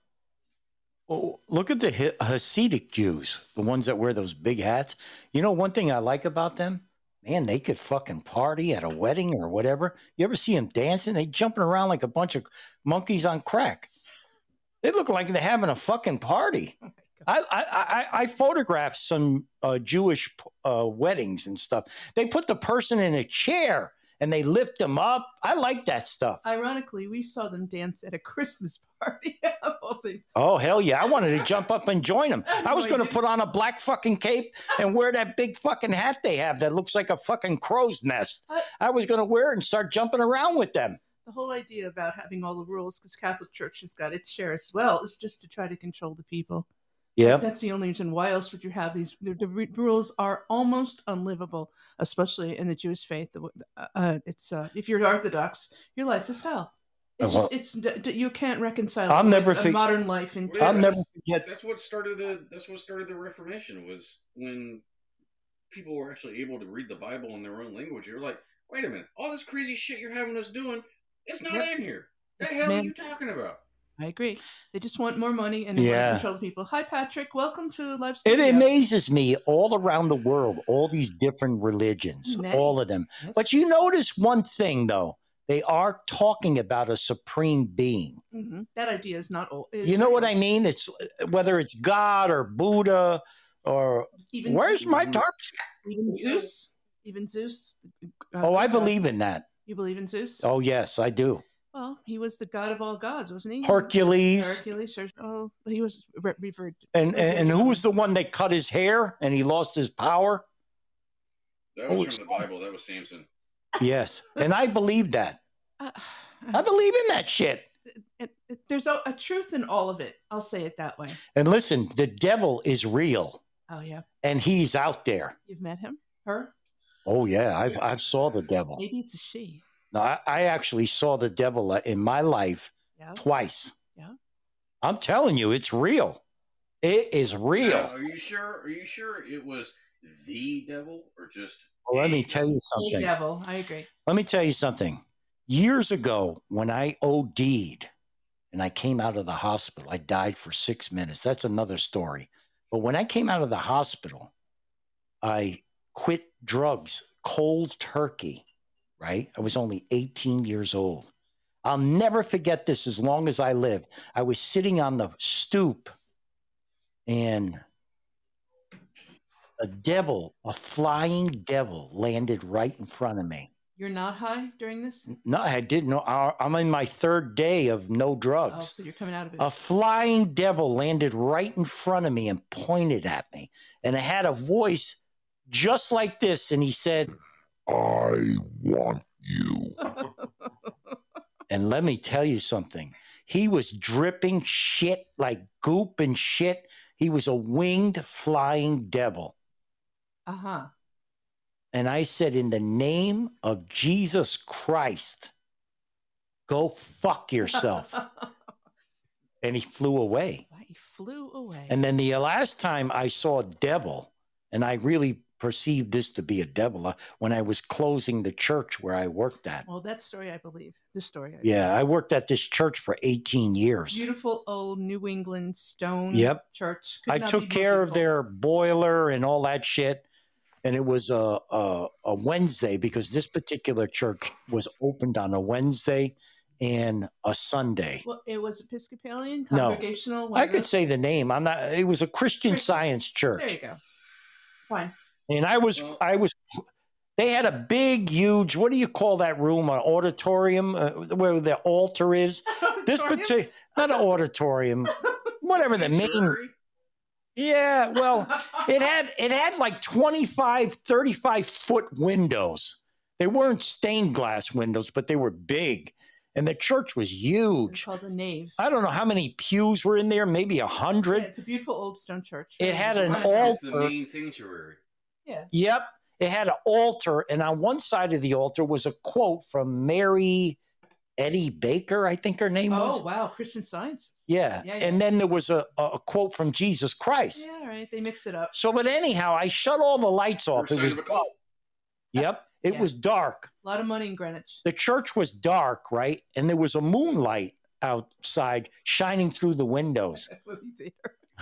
[SPEAKER 2] oh, look at the Hi- Hasidic Jews, the ones that wear those big hats. You know, one thing I like about them, man, they could fucking party at a wedding or whatever. You ever see them dancing? They jumping around like a bunch of monkeys on crack. They look like they're having a fucking party.
[SPEAKER 3] Oh my God.
[SPEAKER 2] I, I, I, I photographed some uh, Jewish uh, weddings and stuff. They put the person in a chair and they lift them up. I like that stuff.
[SPEAKER 3] Ironically, we saw them dance at a Christmas party. Of all things.
[SPEAKER 2] Oh hell yeah! I wanted to jump up and join them. I
[SPEAKER 3] No,
[SPEAKER 2] was
[SPEAKER 3] I
[SPEAKER 2] going to
[SPEAKER 3] didn't.
[SPEAKER 2] put on a black fucking cape and wear that big fucking hat they have that looks like a fucking crow's nest.
[SPEAKER 3] I-
[SPEAKER 2] I was going to wear it and start jumping around with them.
[SPEAKER 3] the whole idea about having all the rules, because Catholic Church has got its share as well, is just to try to control the people.
[SPEAKER 2] Yep.
[SPEAKER 3] That's the only reason. Why else would you have these? The, the re- rules are almost unlivable, especially in the Jewish faith. The- uh, Uh, it's uh, if you're Orthodox, your life is hell. It's
[SPEAKER 2] Well-
[SPEAKER 3] just, it's d- d- you can't reconcile.
[SPEAKER 2] I'll
[SPEAKER 3] it
[SPEAKER 2] Uh-huh. never
[SPEAKER 3] with a
[SPEAKER 2] fig-
[SPEAKER 3] modern life in
[SPEAKER 5] Well,
[SPEAKER 2] I'll
[SPEAKER 5] yeah,
[SPEAKER 2] never
[SPEAKER 5] that's-
[SPEAKER 2] forget.
[SPEAKER 5] That's what started the that's what started the Reformation was when people were actually able to read the Bible in their own language. You're like, wait a minute, all this crazy shit you're having us doing, it's not
[SPEAKER 3] Yep.
[SPEAKER 5] in here. The
[SPEAKER 3] It's
[SPEAKER 5] hell are
[SPEAKER 3] man-
[SPEAKER 5] you talking about?
[SPEAKER 3] I agree. They just want more money and
[SPEAKER 2] Yeah.
[SPEAKER 3] they want to control the people. Hi, Patrick. Welcome to Live
[SPEAKER 2] It
[SPEAKER 3] Studio.
[SPEAKER 2] amazes me all around the world, all these different religions,
[SPEAKER 3] Amen.
[SPEAKER 2] all of them.
[SPEAKER 3] Yes.
[SPEAKER 2] But you notice one thing though: they are talking about a supreme being.
[SPEAKER 3] Mhm. That idea is not old. is
[SPEAKER 2] You know
[SPEAKER 3] very
[SPEAKER 2] what
[SPEAKER 3] old.
[SPEAKER 2] I mean? It's whether it's God or Buddha or
[SPEAKER 3] Even
[SPEAKER 2] where's my dark?
[SPEAKER 3] Even Zeus. Even Zeus. uh,
[SPEAKER 2] Oh, I
[SPEAKER 3] God.
[SPEAKER 2] believe in that.
[SPEAKER 3] You believe in Zeus?
[SPEAKER 2] Oh yes, I do.
[SPEAKER 3] Well, he was the god of all gods, wasn't he?
[SPEAKER 2] Hercules.
[SPEAKER 3] Hercules. Her- oh, he was re- referred. to-
[SPEAKER 2] And, and and who was the one that cut his hair and he lost his power?
[SPEAKER 5] That was
[SPEAKER 2] Oh,
[SPEAKER 5] from the Bible. That was Samson.
[SPEAKER 2] Yes, and I believe that.
[SPEAKER 3] Uh,
[SPEAKER 2] I believe in that shit.
[SPEAKER 3] it, it- there's a, a truth in all of it. I'll say it that way.
[SPEAKER 2] And listen, the devil is real,
[SPEAKER 3] Oh yeah,
[SPEAKER 2] and he's out there.
[SPEAKER 3] you've met him, her.
[SPEAKER 2] Oh yeah, I've I've saw the devil.
[SPEAKER 3] Maybe it's a she.
[SPEAKER 2] No, I, I actually saw the devil uh, in my life
[SPEAKER 3] Yeah.
[SPEAKER 2] twice.
[SPEAKER 3] Yeah.
[SPEAKER 2] I'm telling you, it's real. It is real.
[SPEAKER 5] Now, are you sure? Are you sure it was the devil or just?
[SPEAKER 2] Well, let me tell you
[SPEAKER 3] The
[SPEAKER 2] something.
[SPEAKER 3] devil. I agree.
[SPEAKER 2] Let me tell you something. Years ago, when I OD'd and I came out of the hospital, I died for six minutes. That's another story. But when I came out of the hospital, I quit drugs cold turkey, right? I was only 18 years old. I'll never forget this as long as I live. I was sitting on the stoop and a devil, a flying devil, landed right in front of me.
[SPEAKER 3] You're not high during this.
[SPEAKER 2] No, I didn't know. I- I'm in my third day of no
[SPEAKER 3] Oh,
[SPEAKER 2] drugs.
[SPEAKER 3] so you're coming out of it.
[SPEAKER 2] A flying devil landed right in front of me and pointed at me. And it had a voice just like this. And he said,
[SPEAKER 6] I want you.
[SPEAKER 2] and let me tell you something. He was dripping shit like goop and shit. He was a winged flying devil.
[SPEAKER 3] Uh huh.
[SPEAKER 2] And I said, in the name of Jesus Christ, Go fuck yourself. and he flew away.
[SPEAKER 3] he flew away.
[SPEAKER 2] And then the last time I saw a devil, and I really perceived this to be a devil uh, when I was closing the church where I worked at.
[SPEAKER 3] well, that story I believe. This story. I
[SPEAKER 2] Yeah, I worked at this church for 18 years.
[SPEAKER 3] Beautiful old New England stone
[SPEAKER 2] Yep.
[SPEAKER 3] church. Could
[SPEAKER 2] I
[SPEAKER 3] not be
[SPEAKER 2] took
[SPEAKER 3] more
[SPEAKER 2] care of
[SPEAKER 3] beautiful.
[SPEAKER 2] their boiler and all that shit. And it was a, a, a Wednesday because this particular church was opened on a Wednesday and a Sunday.
[SPEAKER 3] Well, it was Episcopalian,
[SPEAKER 2] No.
[SPEAKER 3] congregational. one
[SPEAKER 2] I
[SPEAKER 3] of
[SPEAKER 2] could
[SPEAKER 3] those-
[SPEAKER 2] say the name. I'm not. It was a Christian
[SPEAKER 3] Christian.
[SPEAKER 2] Science church.
[SPEAKER 3] There you go. Fine.
[SPEAKER 2] And I was,
[SPEAKER 5] Well-
[SPEAKER 2] I was, they had a big, huge, what do you call that room? An auditorium uh, where the altar is. This
[SPEAKER 3] Sorry.
[SPEAKER 2] particular, not an auditorium, whatever the main.
[SPEAKER 5] Sanctuary?
[SPEAKER 2] Yeah, well, it had it had like 25, 35 foot windows. They weren't stained glass windows, but they were big. And the church was
[SPEAKER 3] It's
[SPEAKER 2] huge.
[SPEAKER 3] called the nave.
[SPEAKER 2] I don't know how many pews were in there, maybe a
[SPEAKER 3] Yeah,
[SPEAKER 2] hundred.
[SPEAKER 3] it's a beautiful old stone church.
[SPEAKER 2] It had
[SPEAKER 5] Why
[SPEAKER 2] an
[SPEAKER 5] is this the
[SPEAKER 2] altar.
[SPEAKER 5] main sanctuary.
[SPEAKER 3] Yeah.
[SPEAKER 2] Yep. It had an altar, and on one side of the altar was a quote from Mary Eddie Baker, I think her name
[SPEAKER 3] Oh
[SPEAKER 2] was.
[SPEAKER 3] wow, Christian Sciences.
[SPEAKER 2] Yeah.
[SPEAKER 3] Yeah,
[SPEAKER 2] And then there was a, a a quote from Jesus Christ.
[SPEAKER 3] Yeah, all right. They mix it up.
[SPEAKER 2] So, but anyhow, I shut all the lights off.
[SPEAKER 5] First
[SPEAKER 2] It
[SPEAKER 5] sign
[SPEAKER 2] was
[SPEAKER 5] of a cult.
[SPEAKER 2] Yep. It
[SPEAKER 3] Yeah.
[SPEAKER 2] was dark.
[SPEAKER 3] A lot of money in Greenwich.
[SPEAKER 2] The church was dark, right? And there was a moonlight outside shining through the windows.
[SPEAKER 3] Movie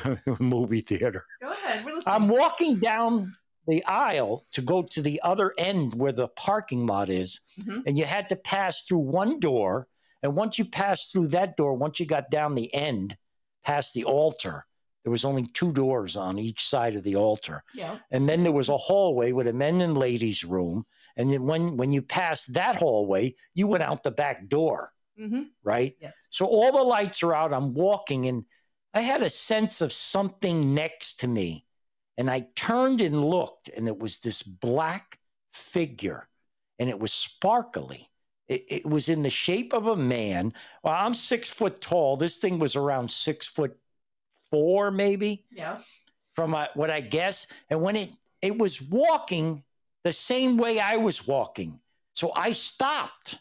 [SPEAKER 3] theater.
[SPEAKER 2] Movie theater.
[SPEAKER 3] Go ahead. We're listening.
[SPEAKER 2] I'm walking down the aisle to go to the other end where the parking lot is.
[SPEAKER 3] Mhm.
[SPEAKER 2] And you had to pass through one door. And once you passed through that door, once you got down the end, past the altar, there was only two doors on each side of the altar.
[SPEAKER 3] yeah.
[SPEAKER 2] and then there was a hallway with a men and ladies room and then when when you passed that hallway you went out the back door
[SPEAKER 3] Mm-hmm.
[SPEAKER 2] right
[SPEAKER 3] Yes.
[SPEAKER 2] so all the lights are out i'm walking and i had a sense of something next to me and i turned and looked and it was this black figure and it was sparkly it, it was in the shape of a man well i'm six foot tall this thing was around six foot four maybe
[SPEAKER 3] Yeah.
[SPEAKER 2] from uh, what I guess. And when it it was walking the same way I was walking, so I stopped,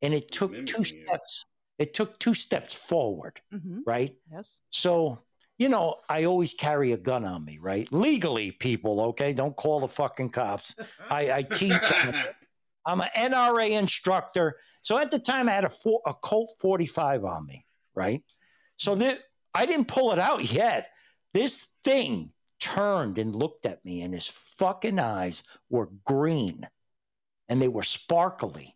[SPEAKER 2] and it took two
[SPEAKER 5] Mimicking you.
[SPEAKER 2] steps. It took two steps forward,
[SPEAKER 3] Mm-hmm.
[SPEAKER 2] right?
[SPEAKER 3] Yes.
[SPEAKER 2] So you know, I always carry a gun on me, right? Legally, people, okay, don't call the fucking cops. I, I teach. I'm an NRA instructor. So at the time, I had a, four, a Colt 45 on me, right? So thi- I didn't pull it out yet. This thing turned and looked at me, and his fucking eyes were green and they were sparkly.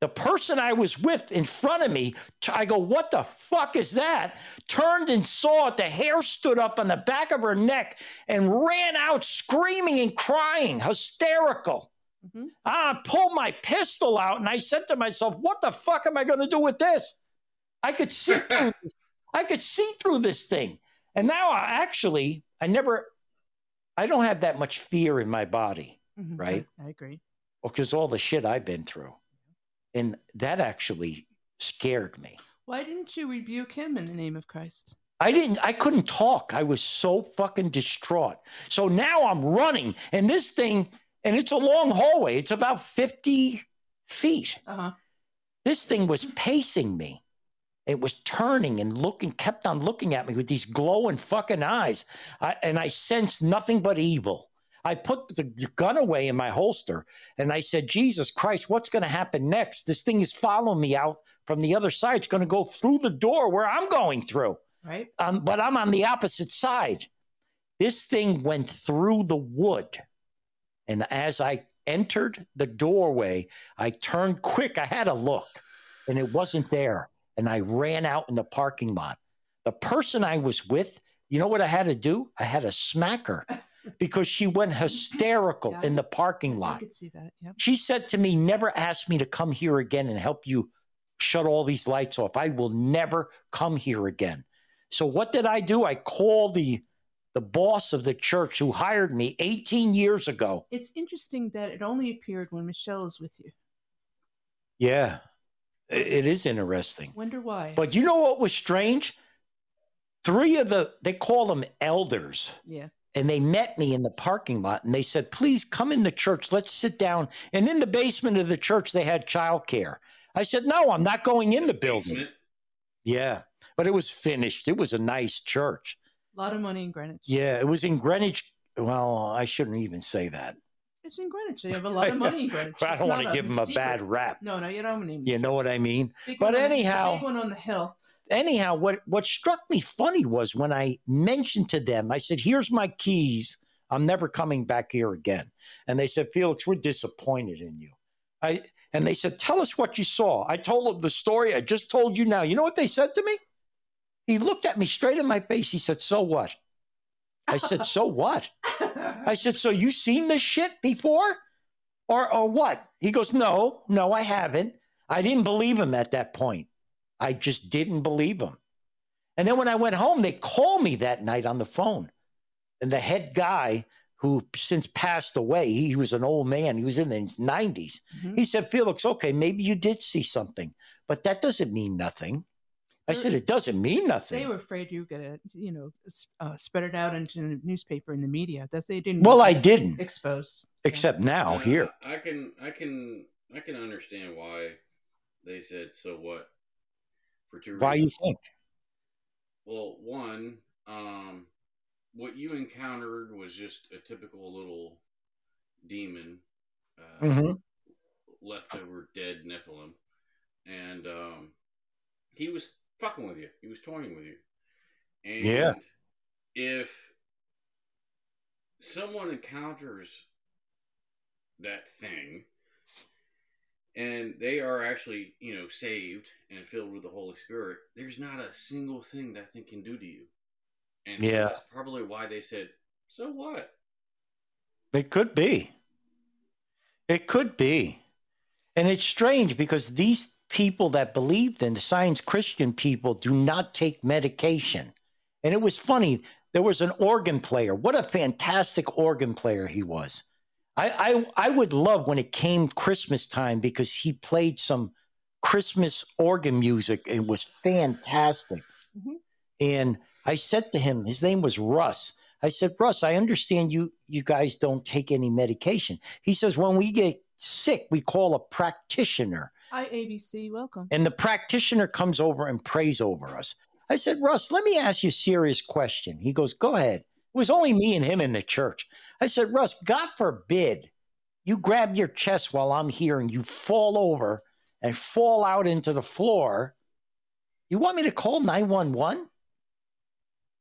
[SPEAKER 2] The person I was with in front of me, t- I go, What the fuck is that? Turned and saw it. The hair stood up on the back of her neck and ran out screaming and crying, hysterical.
[SPEAKER 3] Mm-hmm.
[SPEAKER 2] Ah, I pulled my pistol out and I said to myself, "What the fuck am I going to do with this?" I could see through. this. I could see through this thing, and now I actually, I never, I don't have that much fear in my body, Right.
[SPEAKER 3] Mm-hmm. I agree.
[SPEAKER 2] because all the shit I've been through, and that actually scared me.
[SPEAKER 3] Why didn't you rebuke him in the name of Christ?
[SPEAKER 2] I didn't I couldn't talk. I was so fucking distraught. So now I'm running and this thing and it's a long hallway. It's about 50 feet.
[SPEAKER 3] Uh huh.
[SPEAKER 2] This thing was pacing me. It was turning and looking, kept on looking at me with these glowing fucking eyes. I, and I sensed nothing but evil. I put the gun away in my holster and I said, Jesus Christ, what's going to happen next? This thing is following me out from the other side. It's going to go through the door where I'm going through
[SPEAKER 3] Right.
[SPEAKER 2] um, but I'm on the opposite side. This thing went through the wood. And as I entered the doorway, I turned quick. I had a look, and it wasn't there. And I ran out in the parking lot. The person I was with, you know what I had to do? I had to smack her because she went hysterical
[SPEAKER 3] Yeah.
[SPEAKER 2] in the parking
[SPEAKER 3] I
[SPEAKER 2] lot.
[SPEAKER 3] could see that. Yep.
[SPEAKER 2] She said to me, Never ask me to come here again and help you shut all these lights off. I will never come here again. So what did I do? I called the the boss of the church who hired me 18 years ago.
[SPEAKER 3] It's interesting that it only appeared when Michelle is with you.
[SPEAKER 2] Yeah. It is interesting.
[SPEAKER 3] Wonder why.
[SPEAKER 2] But you know what was strange? Three of the they call them elders.
[SPEAKER 3] yeah.
[SPEAKER 2] and they met me in the parking lot and they said, please come in the church. Let's sit down. And in the basement of the church, they had childcare. I said, no, I'm not going in the building.
[SPEAKER 5] Basement.
[SPEAKER 2] Yeah. But it was finished. It was a nice church.
[SPEAKER 3] A lot of money in Greenwich.
[SPEAKER 2] Yeah. It was in Greenwich. Well, I shouldn't even say that.
[SPEAKER 3] It's in Greenwich. They have a lot of money in Greenwich.
[SPEAKER 2] I
[SPEAKER 3] It's
[SPEAKER 2] don't want
[SPEAKER 3] not
[SPEAKER 2] to give them a
[SPEAKER 3] secret.
[SPEAKER 2] bad rap.
[SPEAKER 3] No, no, you don't need.
[SPEAKER 2] You know what I mean?
[SPEAKER 3] Big
[SPEAKER 2] But
[SPEAKER 3] one on-
[SPEAKER 2] anyhow-
[SPEAKER 3] big one on the hill.
[SPEAKER 2] anyhow, what what struck me funny was when I mentioned to them, I said, "Here's my keys. I'm never coming back here again." And they said, "Felix, we're disappointed in you." I and they said, "Tell us what you saw." I told them the story I just told you now. You know what they said to me? He looked at me straight in my face. He said, "So what?" I said, "So what?" I said, "So you seen this shit before, or or what?" He goes, "No, no, I haven't. I didn't believe him at that point. I just didn't believe him." And then when I went home, they called me that night on the phone, and the head guy who since passed away, he was an old man. He was in his 90s
[SPEAKER 3] Mhm.
[SPEAKER 2] He said, "Felix, okay, maybe you did see something, but that doesn't mean nothing." I said, "It doesn't mean nothing."
[SPEAKER 3] They were afraid you were gonna, you know, s- uh, spread it out into the newspaper and the media. That they didn't.
[SPEAKER 2] well,
[SPEAKER 3] want
[SPEAKER 2] I
[SPEAKER 3] that
[SPEAKER 2] didn't,
[SPEAKER 3] exposed.
[SPEAKER 2] except now
[SPEAKER 5] Uh,
[SPEAKER 2] here.
[SPEAKER 5] I can, I can, I can understand why they said so. What for two
[SPEAKER 2] Why you
[SPEAKER 5] reasons.
[SPEAKER 2] think?
[SPEAKER 5] Well, one, um, what you encountered was just a typical little demon, uh,
[SPEAKER 2] hmm
[SPEAKER 5] leftover dead Nephilim, and um, he was fucking with you. He was toying with you. And
[SPEAKER 2] Yeah.
[SPEAKER 5] If someone encounters that thing and they are actually, you know, saved and filled with the Holy Spirit, there's not a single thing that thing can do to you. And so
[SPEAKER 2] Yeah.
[SPEAKER 5] that's probably why they said, "So what?"
[SPEAKER 2] It could be. It could be. And it's strange because these people that believed in the science Christian people do not take medication. And it was funny. There was an organ player. What a fantastic organ player he was. I, I, I would love when it came Christmas time because he played some Christmas organ music. It was fantastic.
[SPEAKER 3] Mhm.
[SPEAKER 2] And I said to him, his name was Russ. I said, Russ, I understand you you guys don't take any medication. He says, when we get sick, we call a practitioner.
[SPEAKER 3] Hi, ABC. Welcome.
[SPEAKER 2] And the practitioner comes over and prays over us. I said, Russ, let me ask you a serious question. He goes, Go ahead. It was only me and him in the church. I said, Russ, God forbid you grab your chest while I'm here and you fall over and fall out into the floor. You want me to call 911?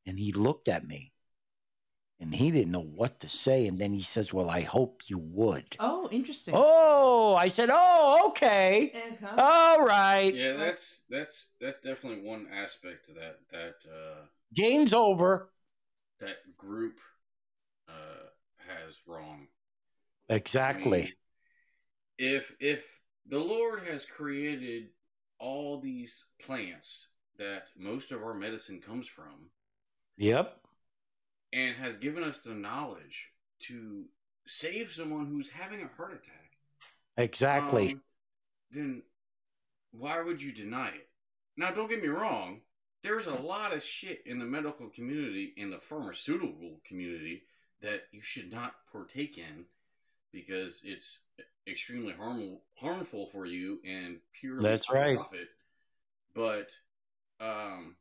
[SPEAKER 2] And he looked at me and he didn't know what to say. And then he says, Well, I hope you would.
[SPEAKER 3] Oh, interesting.
[SPEAKER 2] Oh, Uh, I said, Oh, okay.
[SPEAKER 3] And, huh?
[SPEAKER 2] All right.
[SPEAKER 5] Yeah, that's that's that's definitely one aspect of that that uh
[SPEAKER 2] Game's over.
[SPEAKER 5] that group uh, has wrong. I mean,
[SPEAKER 2] Exactly.
[SPEAKER 5] if if the Lord has created all these plants that most of our medicine comes from,
[SPEAKER 2] Yep.
[SPEAKER 5] and has given us the knowledge to save someone who's having a heart attack,
[SPEAKER 2] Exactly.
[SPEAKER 5] um, then why would you deny it? Now, don't get me wrong. There's a lot of shit in the medical community and the pharmaceutical community that you should not partake in because it's extremely harmful harmful for you and purely
[SPEAKER 2] That's
[SPEAKER 5] for
[SPEAKER 2] right.
[SPEAKER 5] profit. But um,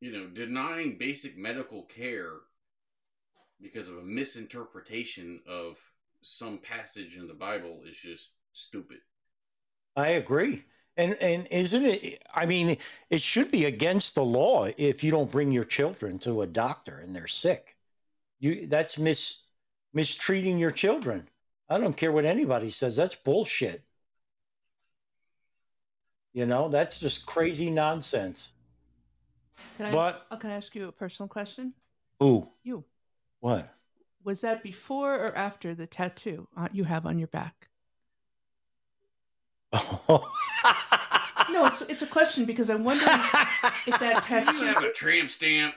[SPEAKER 5] you know, denying basic medical care because of a misinterpretation of some passage in the Bible is just stupid.
[SPEAKER 2] I agree. And and isn't it I mean, it should be against the law if you don't bring your children to a doctor and they're sick. You that's mis mistreating your children. I don't care what anybody says. That's bullshit. You know, that's just crazy nonsense.
[SPEAKER 3] Can I,
[SPEAKER 2] But-
[SPEAKER 3] uh, can I ask you a personal question?
[SPEAKER 2] Ooh,
[SPEAKER 3] You
[SPEAKER 2] what?
[SPEAKER 3] was that before or after the tattoo uh, you have on your back? No, it's, it's a question because I'm wondering if that
[SPEAKER 5] Do you have
[SPEAKER 3] tattoo.
[SPEAKER 5] a tramp stamp?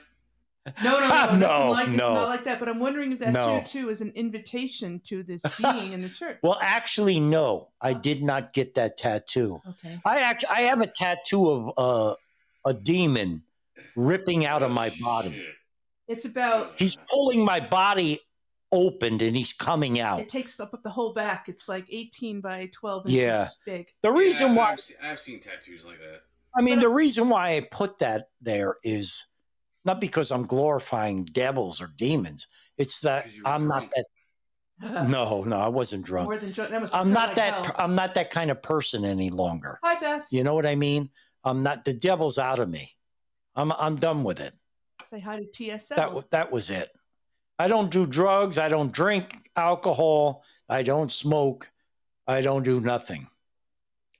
[SPEAKER 3] No, no, no, nothing
[SPEAKER 2] No,
[SPEAKER 3] like, It's
[SPEAKER 2] no.
[SPEAKER 3] not like that. But I'm wondering if that
[SPEAKER 2] No.
[SPEAKER 3] tattoo is an invitation to this being in the church.
[SPEAKER 2] well, actually, no, I did not get that tattoo.
[SPEAKER 3] Okay.
[SPEAKER 2] I act, I have a tattoo of uh, a demon ripping out of
[SPEAKER 5] Oh,
[SPEAKER 2] my body.
[SPEAKER 5] shit. Oh.
[SPEAKER 3] It's about
[SPEAKER 2] He's pulling my body opened and he's coming out.
[SPEAKER 3] It takes up the whole back. It's like 18 by 12 inches
[SPEAKER 2] Yeah.
[SPEAKER 3] big.
[SPEAKER 2] The reason
[SPEAKER 5] Yeah,
[SPEAKER 2] why
[SPEAKER 5] I've, se- I've seen tattoos like that.
[SPEAKER 2] I mean, the reason why I put that there is not because I'm glorifying devils or demons. It's that
[SPEAKER 5] 'Cause you were
[SPEAKER 2] I'm
[SPEAKER 5] drunk.
[SPEAKER 2] not that. No, no, I wasn't drunk.
[SPEAKER 3] More than drunk. That must
[SPEAKER 2] I'm
[SPEAKER 3] feel
[SPEAKER 2] not
[SPEAKER 3] like
[SPEAKER 2] that.
[SPEAKER 3] hell.
[SPEAKER 2] I'm not that kind of person any longer.
[SPEAKER 3] Hi, Beth.
[SPEAKER 2] You know what I mean? I'm not. The devil's out of me. I'm. I'm done with it.
[SPEAKER 3] Say hi to TSL.
[SPEAKER 2] That wa- that was it. I don't do drugs. I don't drink alcohol. I don't smoke. I don't do nothing.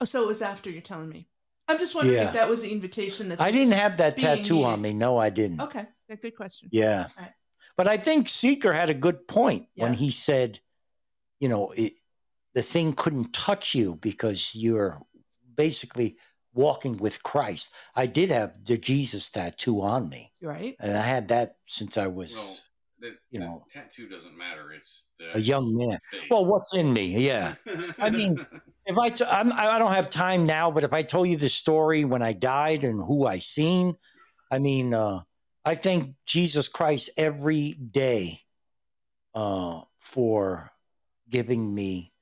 [SPEAKER 3] oh, so it was after you're telling me. I'm just wondering
[SPEAKER 2] Yeah.
[SPEAKER 3] if that was the invitation that
[SPEAKER 2] I
[SPEAKER 3] this-
[SPEAKER 2] didn't have that
[SPEAKER 3] Being
[SPEAKER 2] tattoo on me.
[SPEAKER 3] needed.
[SPEAKER 2] No, I didn't.
[SPEAKER 3] Okay, a good question.
[SPEAKER 2] Yeah.
[SPEAKER 3] Right.
[SPEAKER 2] But I think Seeker had a good point when
[SPEAKER 3] Yeah.
[SPEAKER 2] he said, you know, it, the thing couldn't touch you because you're basically walking with Christ. I did have the Jesus tattoo on me,
[SPEAKER 3] You're Right?
[SPEAKER 2] and Uh, I had that since I was
[SPEAKER 5] The,
[SPEAKER 2] You
[SPEAKER 5] the
[SPEAKER 2] know.
[SPEAKER 5] tattoo doesn't matter. It's the
[SPEAKER 2] a young man.
[SPEAKER 5] face.
[SPEAKER 2] Well, what's in me? Yeah. I mean- If I t- I'm, I I don't have time now, but if I told you the story when I died and who I seen, I mean, uh, I thank Jesus Christ every day uh, for giving me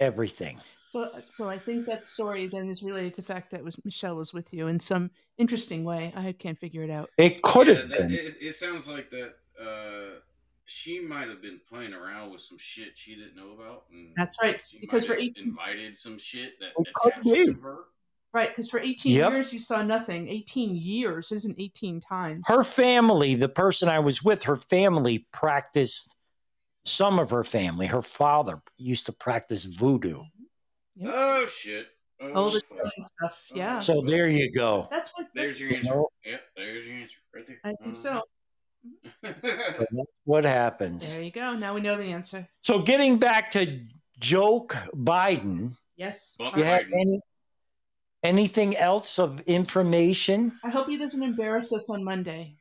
[SPEAKER 2] everything.
[SPEAKER 3] So, so I think that story then is related to the fact that was Michelle was with you in some interesting way. I can't figure it out.
[SPEAKER 2] It could
[SPEAKER 5] Yeah,
[SPEAKER 2] have
[SPEAKER 5] that-
[SPEAKER 2] been.
[SPEAKER 5] It, it sounds like that. Uh, she might have been playing around with some shit she didn't know about. And
[SPEAKER 3] That's right,
[SPEAKER 5] She
[SPEAKER 3] because
[SPEAKER 5] might
[SPEAKER 3] for
[SPEAKER 5] have
[SPEAKER 3] 18
[SPEAKER 5] invited some shit that
[SPEAKER 2] It could
[SPEAKER 5] attached
[SPEAKER 2] be.
[SPEAKER 5] to her.
[SPEAKER 3] Right, because for 18
[SPEAKER 2] Yep.
[SPEAKER 3] years you saw nothing. 18 years isn't 18 times.
[SPEAKER 2] her family, the person I was with, her family practiced. Some of her family, her father used to practice voodoo.
[SPEAKER 3] Yep.
[SPEAKER 5] Oh shit! Oh,
[SPEAKER 3] All the
[SPEAKER 5] fuck.
[SPEAKER 3] silly stuff. Yeah.
[SPEAKER 2] So there you go.
[SPEAKER 3] that's what
[SPEAKER 5] There's your
[SPEAKER 2] You
[SPEAKER 5] answer.
[SPEAKER 2] know?
[SPEAKER 5] Yep, there's your Mm-hmm. answer right there.
[SPEAKER 3] I think so.
[SPEAKER 5] Uh-huh.
[SPEAKER 2] What happens?
[SPEAKER 3] There you go. Now we know the answer.
[SPEAKER 2] So getting back to joke Biden,
[SPEAKER 3] Yes.
[SPEAKER 5] Bump
[SPEAKER 2] you
[SPEAKER 3] All right.
[SPEAKER 2] have any, anything else of information?
[SPEAKER 3] I hope he doesn't embarrass us on Monday.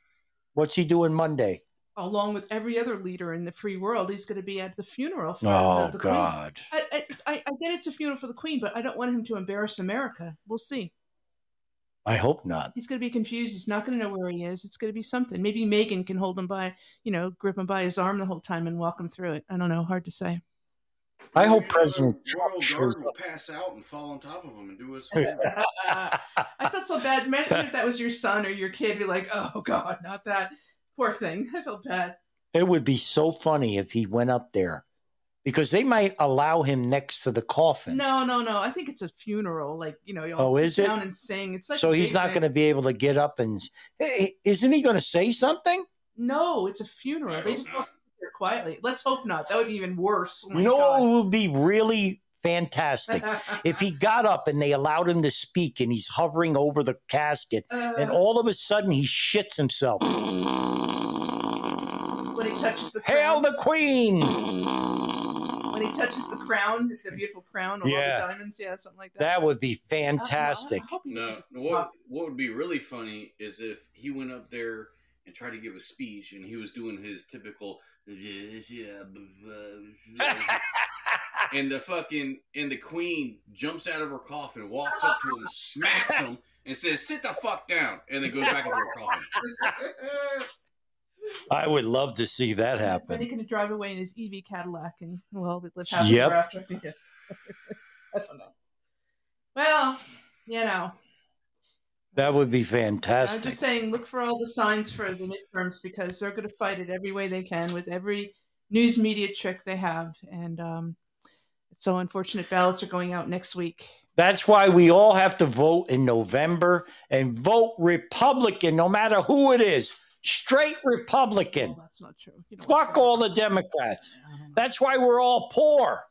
[SPEAKER 2] What's he doing Monday?
[SPEAKER 3] Along with every other leader in the free world, he's going to be at the funeral for
[SPEAKER 2] Oh
[SPEAKER 3] the, the Queen.
[SPEAKER 2] God!
[SPEAKER 3] I, I, I, I get it's a funeral for the Queen, but I don't want him to embarrass America. We'll see.
[SPEAKER 2] I hope not.
[SPEAKER 3] He's going to be confused. He's not going to know where he is. It's going to be something. Maybe Megan can hold him by, you know, grip him by his arm the whole time and walk him through it. I don't know. Hard to say.
[SPEAKER 2] I hope
[SPEAKER 5] Maybe
[SPEAKER 2] President
[SPEAKER 5] the
[SPEAKER 2] Trump
[SPEAKER 5] Royal
[SPEAKER 2] shows
[SPEAKER 5] Guard will pass out and fall on top of him and do us. a favor.
[SPEAKER 3] Uh, I felt so bad. Imagine if that was your son or your kid. Be like, oh God, not that poor thing. I felt bad.
[SPEAKER 2] It would be so funny if he went up there, because they might allow him next to the coffin.
[SPEAKER 3] No, no, no. I think it's a funeral. Like you know, you all
[SPEAKER 2] Oh,
[SPEAKER 3] sit
[SPEAKER 2] is it?
[SPEAKER 3] down and sing. It's like
[SPEAKER 2] so he's not going
[SPEAKER 3] to.
[SPEAKER 2] to be able to get up and. Hey, isn't he going to say something?
[SPEAKER 3] Oh No, it's a
[SPEAKER 5] I
[SPEAKER 3] funeral. They
[SPEAKER 5] hope
[SPEAKER 3] just
[SPEAKER 5] not.
[SPEAKER 3] walk sit there quietly. Let's hope not. That would be even worse. Oh, my
[SPEAKER 2] you know
[SPEAKER 3] God.
[SPEAKER 2] what would be really fantastic if he got up and they allowed him to speak and he's hovering over the casket
[SPEAKER 3] Uh,
[SPEAKER 2] and all of a sudden he shits himself.
[SPEAKER 3] when he touches the
[SPEAKER 2] Hail
[SPEAKER 3] crown,
[SPEAKER 2] the queen!
[SPEAKER 3] when he touches the crown, the beautiful crown, or
[SPEAKER 2] Yeah.
[SPEAKER 3] all the diamonds, yeah, something like that.
[SPEAKER 2] That would be
[SPEAKER 3] Uh, well, I-
[SPEAKER 2] fantastic.
[SPEAKER 3] I hope he
[SPEAKER 5] No,
[SPEAKER 3] doesn't-
[SPEAKER 5] what what would be really funny is if he went up there and tried to give a speech, and he was doing his typical, and the fucking and the queen jumps out of her coffin, walks up to him, smacks him, and says, "Sit the fuck down," and then goes back into her coffin.
[SPEAKER 2] I would love to see that
[SPEAKER 3] Then he
[SPEAKER 2] happen.
[SPEAKER 3] can drive away in his EV Cadillac, and well, we live happily
[SPEAKER 2] Yep.
[SPEAKER 3] ever after. Yeah. I don't know. Well, you know,
[SPEAKER 2] That would be
[SPEAKER 3] I'm
[SPEAKER 2] fantastic.
[SPEAKER 3] just saying, look for all the signs for the midterms because they're going to fight it every way they can with every news media trick they have, and um, it's so unfortunate. Ballots are going out next week.
[SPEAKER 2] That's why we all have to vote in November and vote Republican, no matter who it is. Straight Republican.
[SPEAKER 3] Well, that's not true. You know what I'm
[SPEAKER 2] Fuck
[SPEAKER 3] saying.
[SPEAKER 2] all the Democrats.
[SPEAKER 3] I don't know.
[SPEAKER 2] That's why we're all poor.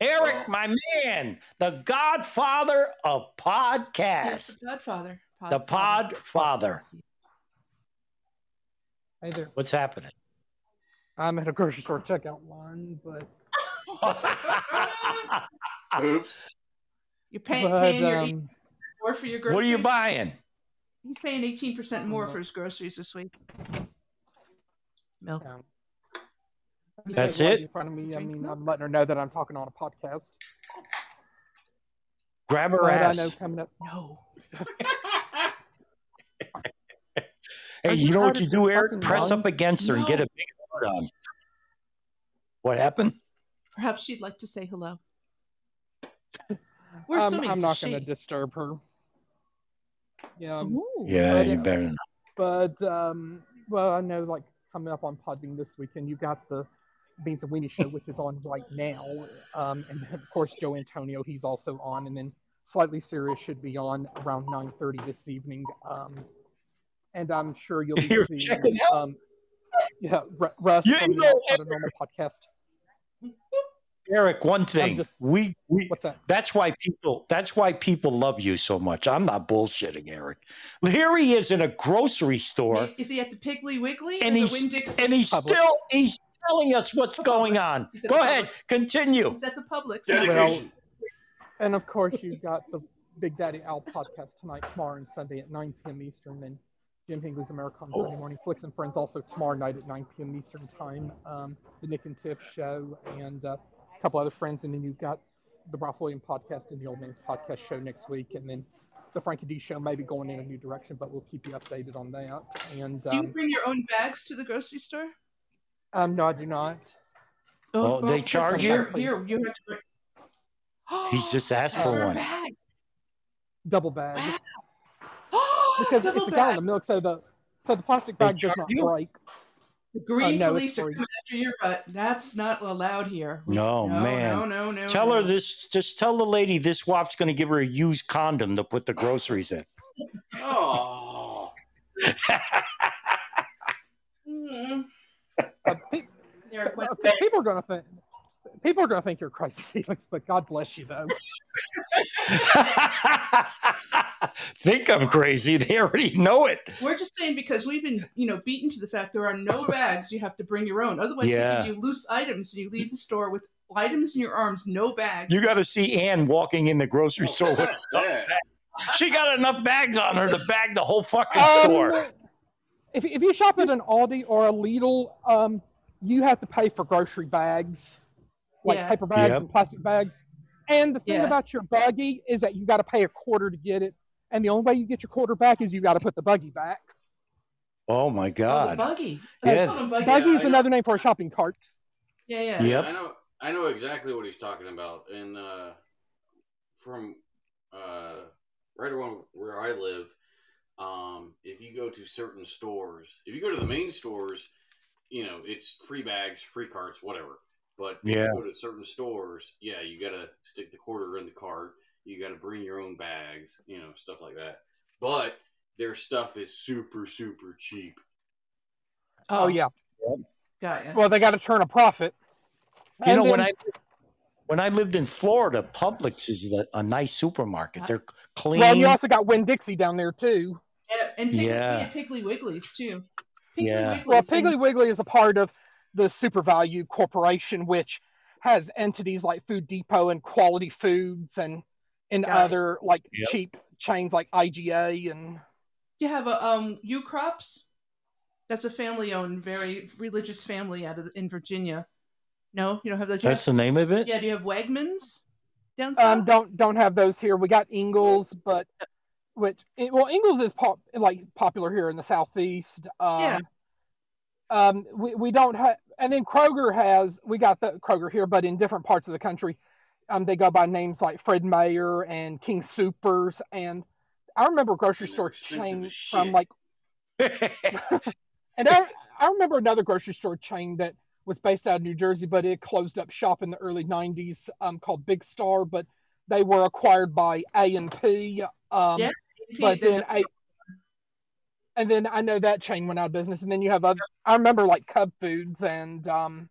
[SPEAKER 2] Eric,
[SPEAKER 5] Well-
[SPEAKER 2] my man, the godfather of
[SPEAKER 3] Yes,
[SPEAKER 2] podcasts.
[SPEAKER 3] the Godfather.
[SPEAKER 2] The Podfather.
[SPEAKER 7] Hey there.
[SPEAKER 2] What's happening?
[SPEAKER 7] I'm at a grocery store checkout line, but
[SPEAKER 2] what
[SPEAKER 5] Oops.
[SPEAKER 3] You're paying,
[SPEAKER 7] but,
[SPEAKER 3] paying your
[SPEAKER 7] um,
[SPEAKER 3] more for your groceries.
[SPEAKER 2] are you buying?
[SPEAKER 3] He's paying eighteen percent more for his groceries this week. Milk.
[SPEAKER 7] um,
[SPEAKER 2] That's
[SPEAKER 7] because why
[SPEAKER 2] it?
[SPEAKER 7] In e- front of me, I
[SPEAKER 3] Drink
[SPEAKER 7] mean,
[SPEAKER 3] milk.
[SPEAKER 7] I'm letting her know that I'm talking on a podcast.
[SPEAKER 2] Grab her
[SPEAKER 7] But Oh, I know
[SPEAKER 2] ass.
[SPEAKER 7] coming up.
[SPEAKER 3] No.
[SPEAKER 2] Hey,
[SPEAKER 7] Are
[SPEAKER 2] you
[SPEAKER 7] you
[SPEAKER 2] know what
[SPEAKER 7] tired
[SPEAKER 2] you
[SPEAKER 7] of
[SPEAKER 2] do, Eric?
[SPEAKER 7] fucking
[SPEAKER 2] Press
[SPEAKER 7] lying?
[SPEAKER 2] up against her and get a big Hold on. What happened?
[SPEAKER 3] Perhaps she'd like to say hello. We're
[SPEAKER 7] I'm,
[SPEAKER 3] assuming
[SPEAKER 7] Um, I'm
[SPEAKER 3] it's a
[SPEAKER 7] not going
[SPEAKER 3] she.
[SPEAKER 7] to disturb her. Yeah, um,
[SPEAKER 3] Ooh.
[SPEAKER 2] Yeah,
[SPEAKER 7] yeah.
[SPEAKER 2] you better not.
[SPEAKER 7] but um, well, I know like coming up on Podbean this weekend, you got the Beans and Weenie show, which is on right now, um, and then, of course Joe Antonio, he's also on, and then Slightly Serious should be on around 9:30 this evening, um, and I'm sure you'll be
[SPEAKER 2] You're
[SPEAKER 7] seeing,
[SPEAKER 2] checking out?
[SPEAKER 7] Um, yeah, Ru- Russ
[SPEAKER 2] You
[SPEAKER 7] from
[SPEAKER 2] know
[SPEAKER 7] the Paranormal Podcast.
[SPEAKER 2] Eric, one thing.
[SPEAKER 7] just-
[SPEAKER 2] we we
[SPEAKER 7] What's that?
[SPEAKER 2] that's why people that's why people love you so much. I'm not bullshitting, Eric. Here he is in a grocery store
[SPEAKER 3] Is he at the Piggly Wiggly
[SPEAKER 2] and
[SPEAKER 3] or the
[SPEAKER 2] he's
[SPEAKER 3] Winn-Dixie?
[SPEAKER 2] and he's
[SPEAKER 7] Publix.
[SPEAKER 2] still he's telling us what's
[SPEAKER 3] Publix.
[SPEAKER 2] going on.
[SPEAKER 3] He's at
[SPEAKER 2] Go
[SPEAKER 3] Publix.
[SPEAKER 2] ahead, continue.
[SPEAKER 3] He's at the Publix.
[SPEAKER 5] Dedication.
[SPEAKER 7] And of course, you've got the Big Daddy Owl podcast tonight, tomorrow, and Sunday at 9 p.m. Eastern. And Jim Higley's America on
[SPEAKER 3] Oh.
[SPEAKER 7] Sunday morning. Flicks and Friends also tomorrow night at 9 p.m. Eastern time. Um, the Nick and Tiff show and uh, a couple other friends. And then you've got the Ralph William podcast and the Old Man's podcast show next week. And then the Frankie D show may be going in a new direction, but we'll keep you updated on that. And
[SPEAKER 3] Do you
[SPEAKER 7] um,
[SPEAKER 3] bring your own bags to the grocery store?
[SPEAKER 7] um, no, I do not.
[SPEAKER 2] Oh, they
[SPEAKER 3] Chris,
[SPEAKER 2] charge
[SPEAKER 3] here-
[SPEAKER 7] you?
[SPEAKER 3] Here, you have to bring.
[SPEAKER 2] He's just asked
[SPEAKER 3] Is
[SPEAKER 2] for
[SPEAKER 3] there a
[SPEAKER 2] one.
[SPEAKER 3] bag?
[SPEAKER 7] Double bag.
[SPEAKER 3] Wow.
[SPEAKER 7] Because
[SPEAKER 3] Double
[SPEAKER 7] it's a
[SPEAKER 3] bag.
[SPEAKER 7] gallon of milk, so the so the plastic
[SPEAKER 2] They
[SPEAKER 7] bag does
[SPEAKER 2] charge
[SPEAKER 7] not
[SPEAKER 2] you?
[SPEAKER 7] break.
[SPEAKER 3] The green
[SPEAKER 7] Oh, no, it's
[SPEAKER 3] police are
[SPEAKER 7] free.
[SPEAKER 3] coming after your butt. That's not allowed here.
[SPEAKER 2] No, Oh, man.
[SPEAKER 3] No, no, no.
[SPEAKER 2] Tell
[SPEAKER 3] no.
[SPEAKER 2] her this. Just tell the lady this wop's going to give her a used condom to put the groceries in.
[SPEAKER 5] Oh,
[SPEAKER 3] Mm.
[SPEAKER 7] Uh, pe-
[SPEAKER 3] There it went.
[SPEAKER 7] Okay, people are gonna think people are gonna think you're crazy, Felix. But God bless you, though.
[SPEAKER 2] Think I'm crazy? They already know it.
[SPEAKER 3] We're just saying because we've been, you know, beaten to the fact there are no bags. You have to bring your own. Otherwise,
[SPEAKER 2] Yeah.
[SPEAKER 3] they give you loose items and you leave the store with items in your arms, no bag.
[SPEAKER 2] You got to see Ann walking in the grocery store. With,
[SPEAKER 5] fuck that.
[SPEAKER 2] she got enough bags on her to bag the whole fucking
[SPEAKER 7] Um,
[SPEAKER 2] store.
[SPEAKER 7] if, if you shop at an Aldi or a Lidl, um, you have to pay for grocery bags, like
[SPEAKER 3] Yeah.
[SPEAKER 7] paper bags
[SPEAKER 2] Yep.
[SPEAKER 7] and plastic bags. And the thing
[SPEAKER 3] Yeah.
[SPEAKER 7] about your buggy is that you got to pay a quarter to get it, and the only way you get your quarter back is you got to put the buggy back.
[SPEAKER 2] Oh my
[SPEAKER 3] Oh, the
[SPEAKER 2] god!
[SPEAKER 3] buggy.
[SPEAKER 2] Yeah.
[SPEAKER 3] I call them buggy.
[SPEAKER 7] Buggy is
[SPEAKER 5] I know.
[SPEAKER 7] another name for a shopping cart.
[SPEAKER 3] Yeah, yeah.
[SPEAKER 2] Yep.
[SPEAKER 5] I know. I know exactly what he's talking about, and uh, from uh, right around where I live, um, if you go to certain stores, if you go to the main stores, you know it's free bags, free carts, whatever. But if
[SPEAKER 2] Yeah.
[SPEAKER 5] you go to certain stores, yeah, you gotta stick the quarter in the cart. You gotta bring your own bags, you know, stuff like that. But their stuff is super, super cheap.
[SPEAKER 7] Oh yeah.
[SPEAKER 3] Got ya.
[SPEAKER 7] Well, they got to turn a profit.
[SPEAKER 2] You
[SPEAKER 7] And
[SPEAKER 2] know when
[SPEAKER 7] then-
[SPEAKER 2] I when I lived in Florida, Publix is a, a nice supermarket. They're clean.
[SPEAKER 7] well, you also got Winn Dixie down there too.
[SPEAKER 3] Yeah, and Piggly,
[SPEAKER 2] Yeah.
[SPEAKER 3] yeah. Piggly Wigglies too. Piggly
[SPEAKER 2] Yeah.
[SPEAKER 7] Well,
[SPEAKER 3] Wigglies and-
[SPEAKER 7] Piggly Wiggly is a part of the Super Value Corporation, which has entities like Food Depot and Quality Foods and and
[SPEAKER 3] Got it.
[SPEAKER 7] other like
[SPEAKER 2] Yep.
[SPEAKER 7] cheap chains like IGA and
[SPEAKER 3] You have a um U Crops. That's a family-owned, very religious family out of in Virginia. No, you don't have that. Do you
[SPEAKER 2] That's
[SPEAKER 3] have,
[SPEAKER 2] the name of it.
[SPEAKER 3] yeah, do you have Wegmans down south?
[SPEAKER 7] um, don't don't have those here. We got Ingles, but which eh, well Ingles is pop like popular here in the southeast. Um,
[SPEAKER 3] Yeah.
[SPEAKER 7] Um, we, we don't have, and then Kroger has we got the Kroger here, but in different parts of the country, um, they go by names like Fred Mayer and King Supers, and I remember
[SPEAKER 5] And
[SPEAKER 7] grocery
[SPEAKER 5] they're
[SPEAKER 7] store
[SPEAKER 5] expensive as
[SPEAKER 7] chains
[SPEAKER 5] shit.
[SPEAKER 7] from like and I, I remember another grocery store chain that was based out of New Jersey, but it closed up shop in the early '90s, um, called Big Star. But they were acquired by A and P. Um,
[SPEAKER 3] Yeah,
[SPEAKER 7] but
[SPEAKER 3] They're-
[SPEAKER 7] then I, and then I know that chain went out of business. And then you have other. I remember like Cub Foods and, um,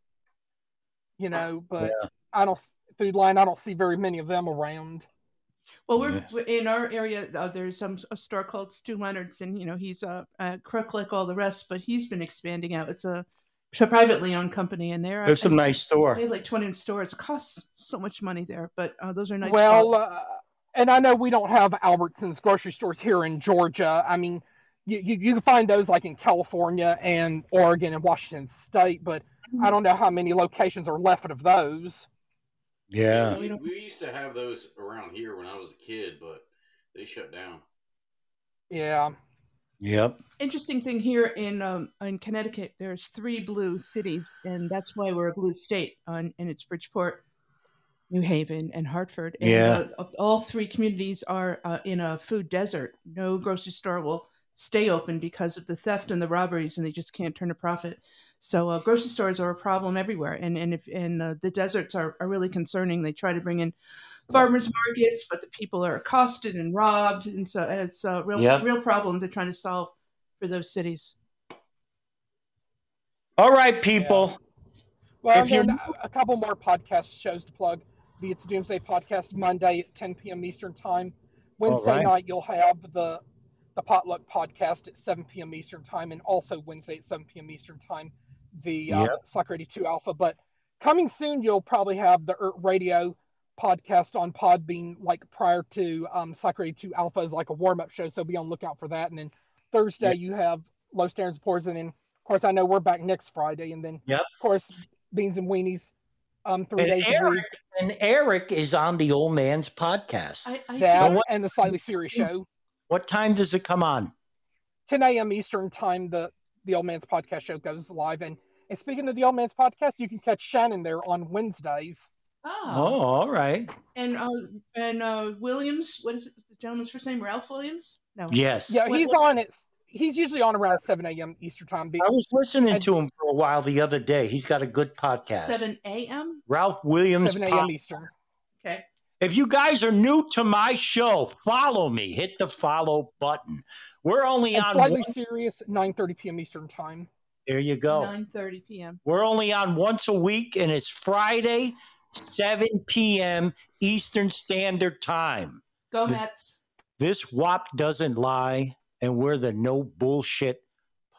[SPEAKER 7] you know, but I don't food line. I don't see very many of them around.
[SPEAKER 3] Well, we're
[SPEAKER 2] Yeah.
[SPEAKER 3] we're- in our area. Uh, there's some a store called Stu Leonard's, and you know he's a, a crook like all the rest, but he's been expanding out. It's a, it's a privately owned company, and they're
[SPEAKER 2] It's a
[SPEAKER 3] I-
[SPEAKER 2] nice store.
[SPEAKER 3] They have like 20 stores. It costs so much money there, but uh, those are nice.
[SPEAKER 7] well,
[SPEAKER 3] products.
[SPEAKER 7] uh, and I know we don't have Albertsons grocery stores here in Georgia. I mean, you, you, you can find those like in California and Oregon and Washington State, but
[SPEAKER 3] Mm-hmm.
[SPEAKER 7] I don't know how many locations are left of those.
[SPEAKER 2] Yeah.
[SPEAKER 5] We, we used to have those around here when I was a kid, but they shut down.
[SPEAKER 7] Yeah.
[SPEAKER 2] Yep.
[SPEAKER 3] Interesting thing here in um, in Connecticut, there's three blue cities, and that's why we're a blue state. On and it's Bridgeport, New Haven, and Hartford. And,
[SPEAKER 2] Yeah.
[SPEAKER 3] uh, all three communities are uh, in a food desert. No grocery store will stay open because of the theft and the robberies, and they just can't turn a profit. So uh, grocery stores are a problem everywhere, and and if and uh, the deserts are, are really concerning. They try to bring in farmers markets, but the people are accosted and robbed, and so it's a real
[SPEAKER 2] Yeah.
[SPEAKER 3] real problem they're trying to solve for those cities.
[SPEAKER 2] All right, people.
[SPEAKER 7] Well,
[SPEAKER 2] If
[SPEAKER 7] and
[SPEAKER 2] you-
[SPEAKER 7] then a- a couple more podcast shows to plug. The It's Doomsday podcast Monday at 10 p.m. Eastern time. Wednesday
[SPEAKER 2] right.
[SPEAKER 7] night you'll have the the Potluck podcast at 7 p.m. Eastern time, and also Wednesday at 7 p.m. Eastern time, the uh, Slack 82 Alpha. But coming soon, you'll probably have the ERT Radio podcast on Podbean, like prior to um, Slack 82 Alpha is like a warm up show, so be on lookout for that. And then Thursday you have Low Standards Reports, and then of course I know we're back next Friday, and then
[SPEAKER 2] Yep.
[SPEAKER 7] of course beans and weenies um three
[SPEAKER 2] And
[SPEAKER 7] days a
[SPEAKER 2] Eric,
[SPEAKER 7] week
[SPEAKER 2] and Eric is on the old man's podcast.
[SPEAKER 3] I, I
[SPEAKER 7] that
[SPEAKER 2] what- Mm-hmm.
[SPEAKER 7] and the slightly serious show
[SPEAKER 2] what time does it come on?
[SPEAKER 7] 10 a.m eastern time the the old man's podcast show goes live and, and speaking of the old man's podcast you can catch shannon there on wednesdays
[SPEAKER 2] Oh, all right.
[SPEAKER 3] and uh, and uh, Williams, what is it, the gentleman's first name? Ralph Williams? No.
[SPEAKER 2] Yes.
[SPEAKER 7] yeah
[SPEAKER 3] What-
[SPEAKER 7] he's
[SPEAKER 3] what-
[SPEAKER 7] on it he's usually on around 7 a.m eastern time be-
[SPEAKER 2] I was listening
[SPEAKER 7] And-
[SPEAKER 2] to him for a while the other day. He's got a good podcast.
[SPEAKER 3] Seven a.m.
[SPEAKER 2] Ralph Williams.
[SPEAKER 7] 7
[SPEAKER 2] Pod-
[SPEAKER 7] a.m eastern
[SPEAKER 3] Okay.
[SPEAKER 2] If you guys are new to my show, follow me. Hit the follow button. We're only
[SPEAKER 7] and
[SPEAKER 2] on.
[SPEAKER 7] slightly
[SPEAKER 2] one-
[SPEAKER 7] serious 9:30 p.m eastern time
[SPEAKER 2] There you go.
[SPEAKER 3] Nine thirty p.m.
[SPEAKER 2] We're only on once a week, and it's Friday, 7 p.m. Eastern Standard Time.
[SPEAKER 3] Go
[SPEAKER 2] The-
[SPEAKER 3] Mets.
[SPEAKER 2] This WAP doesn't lie, and we're the no bullshit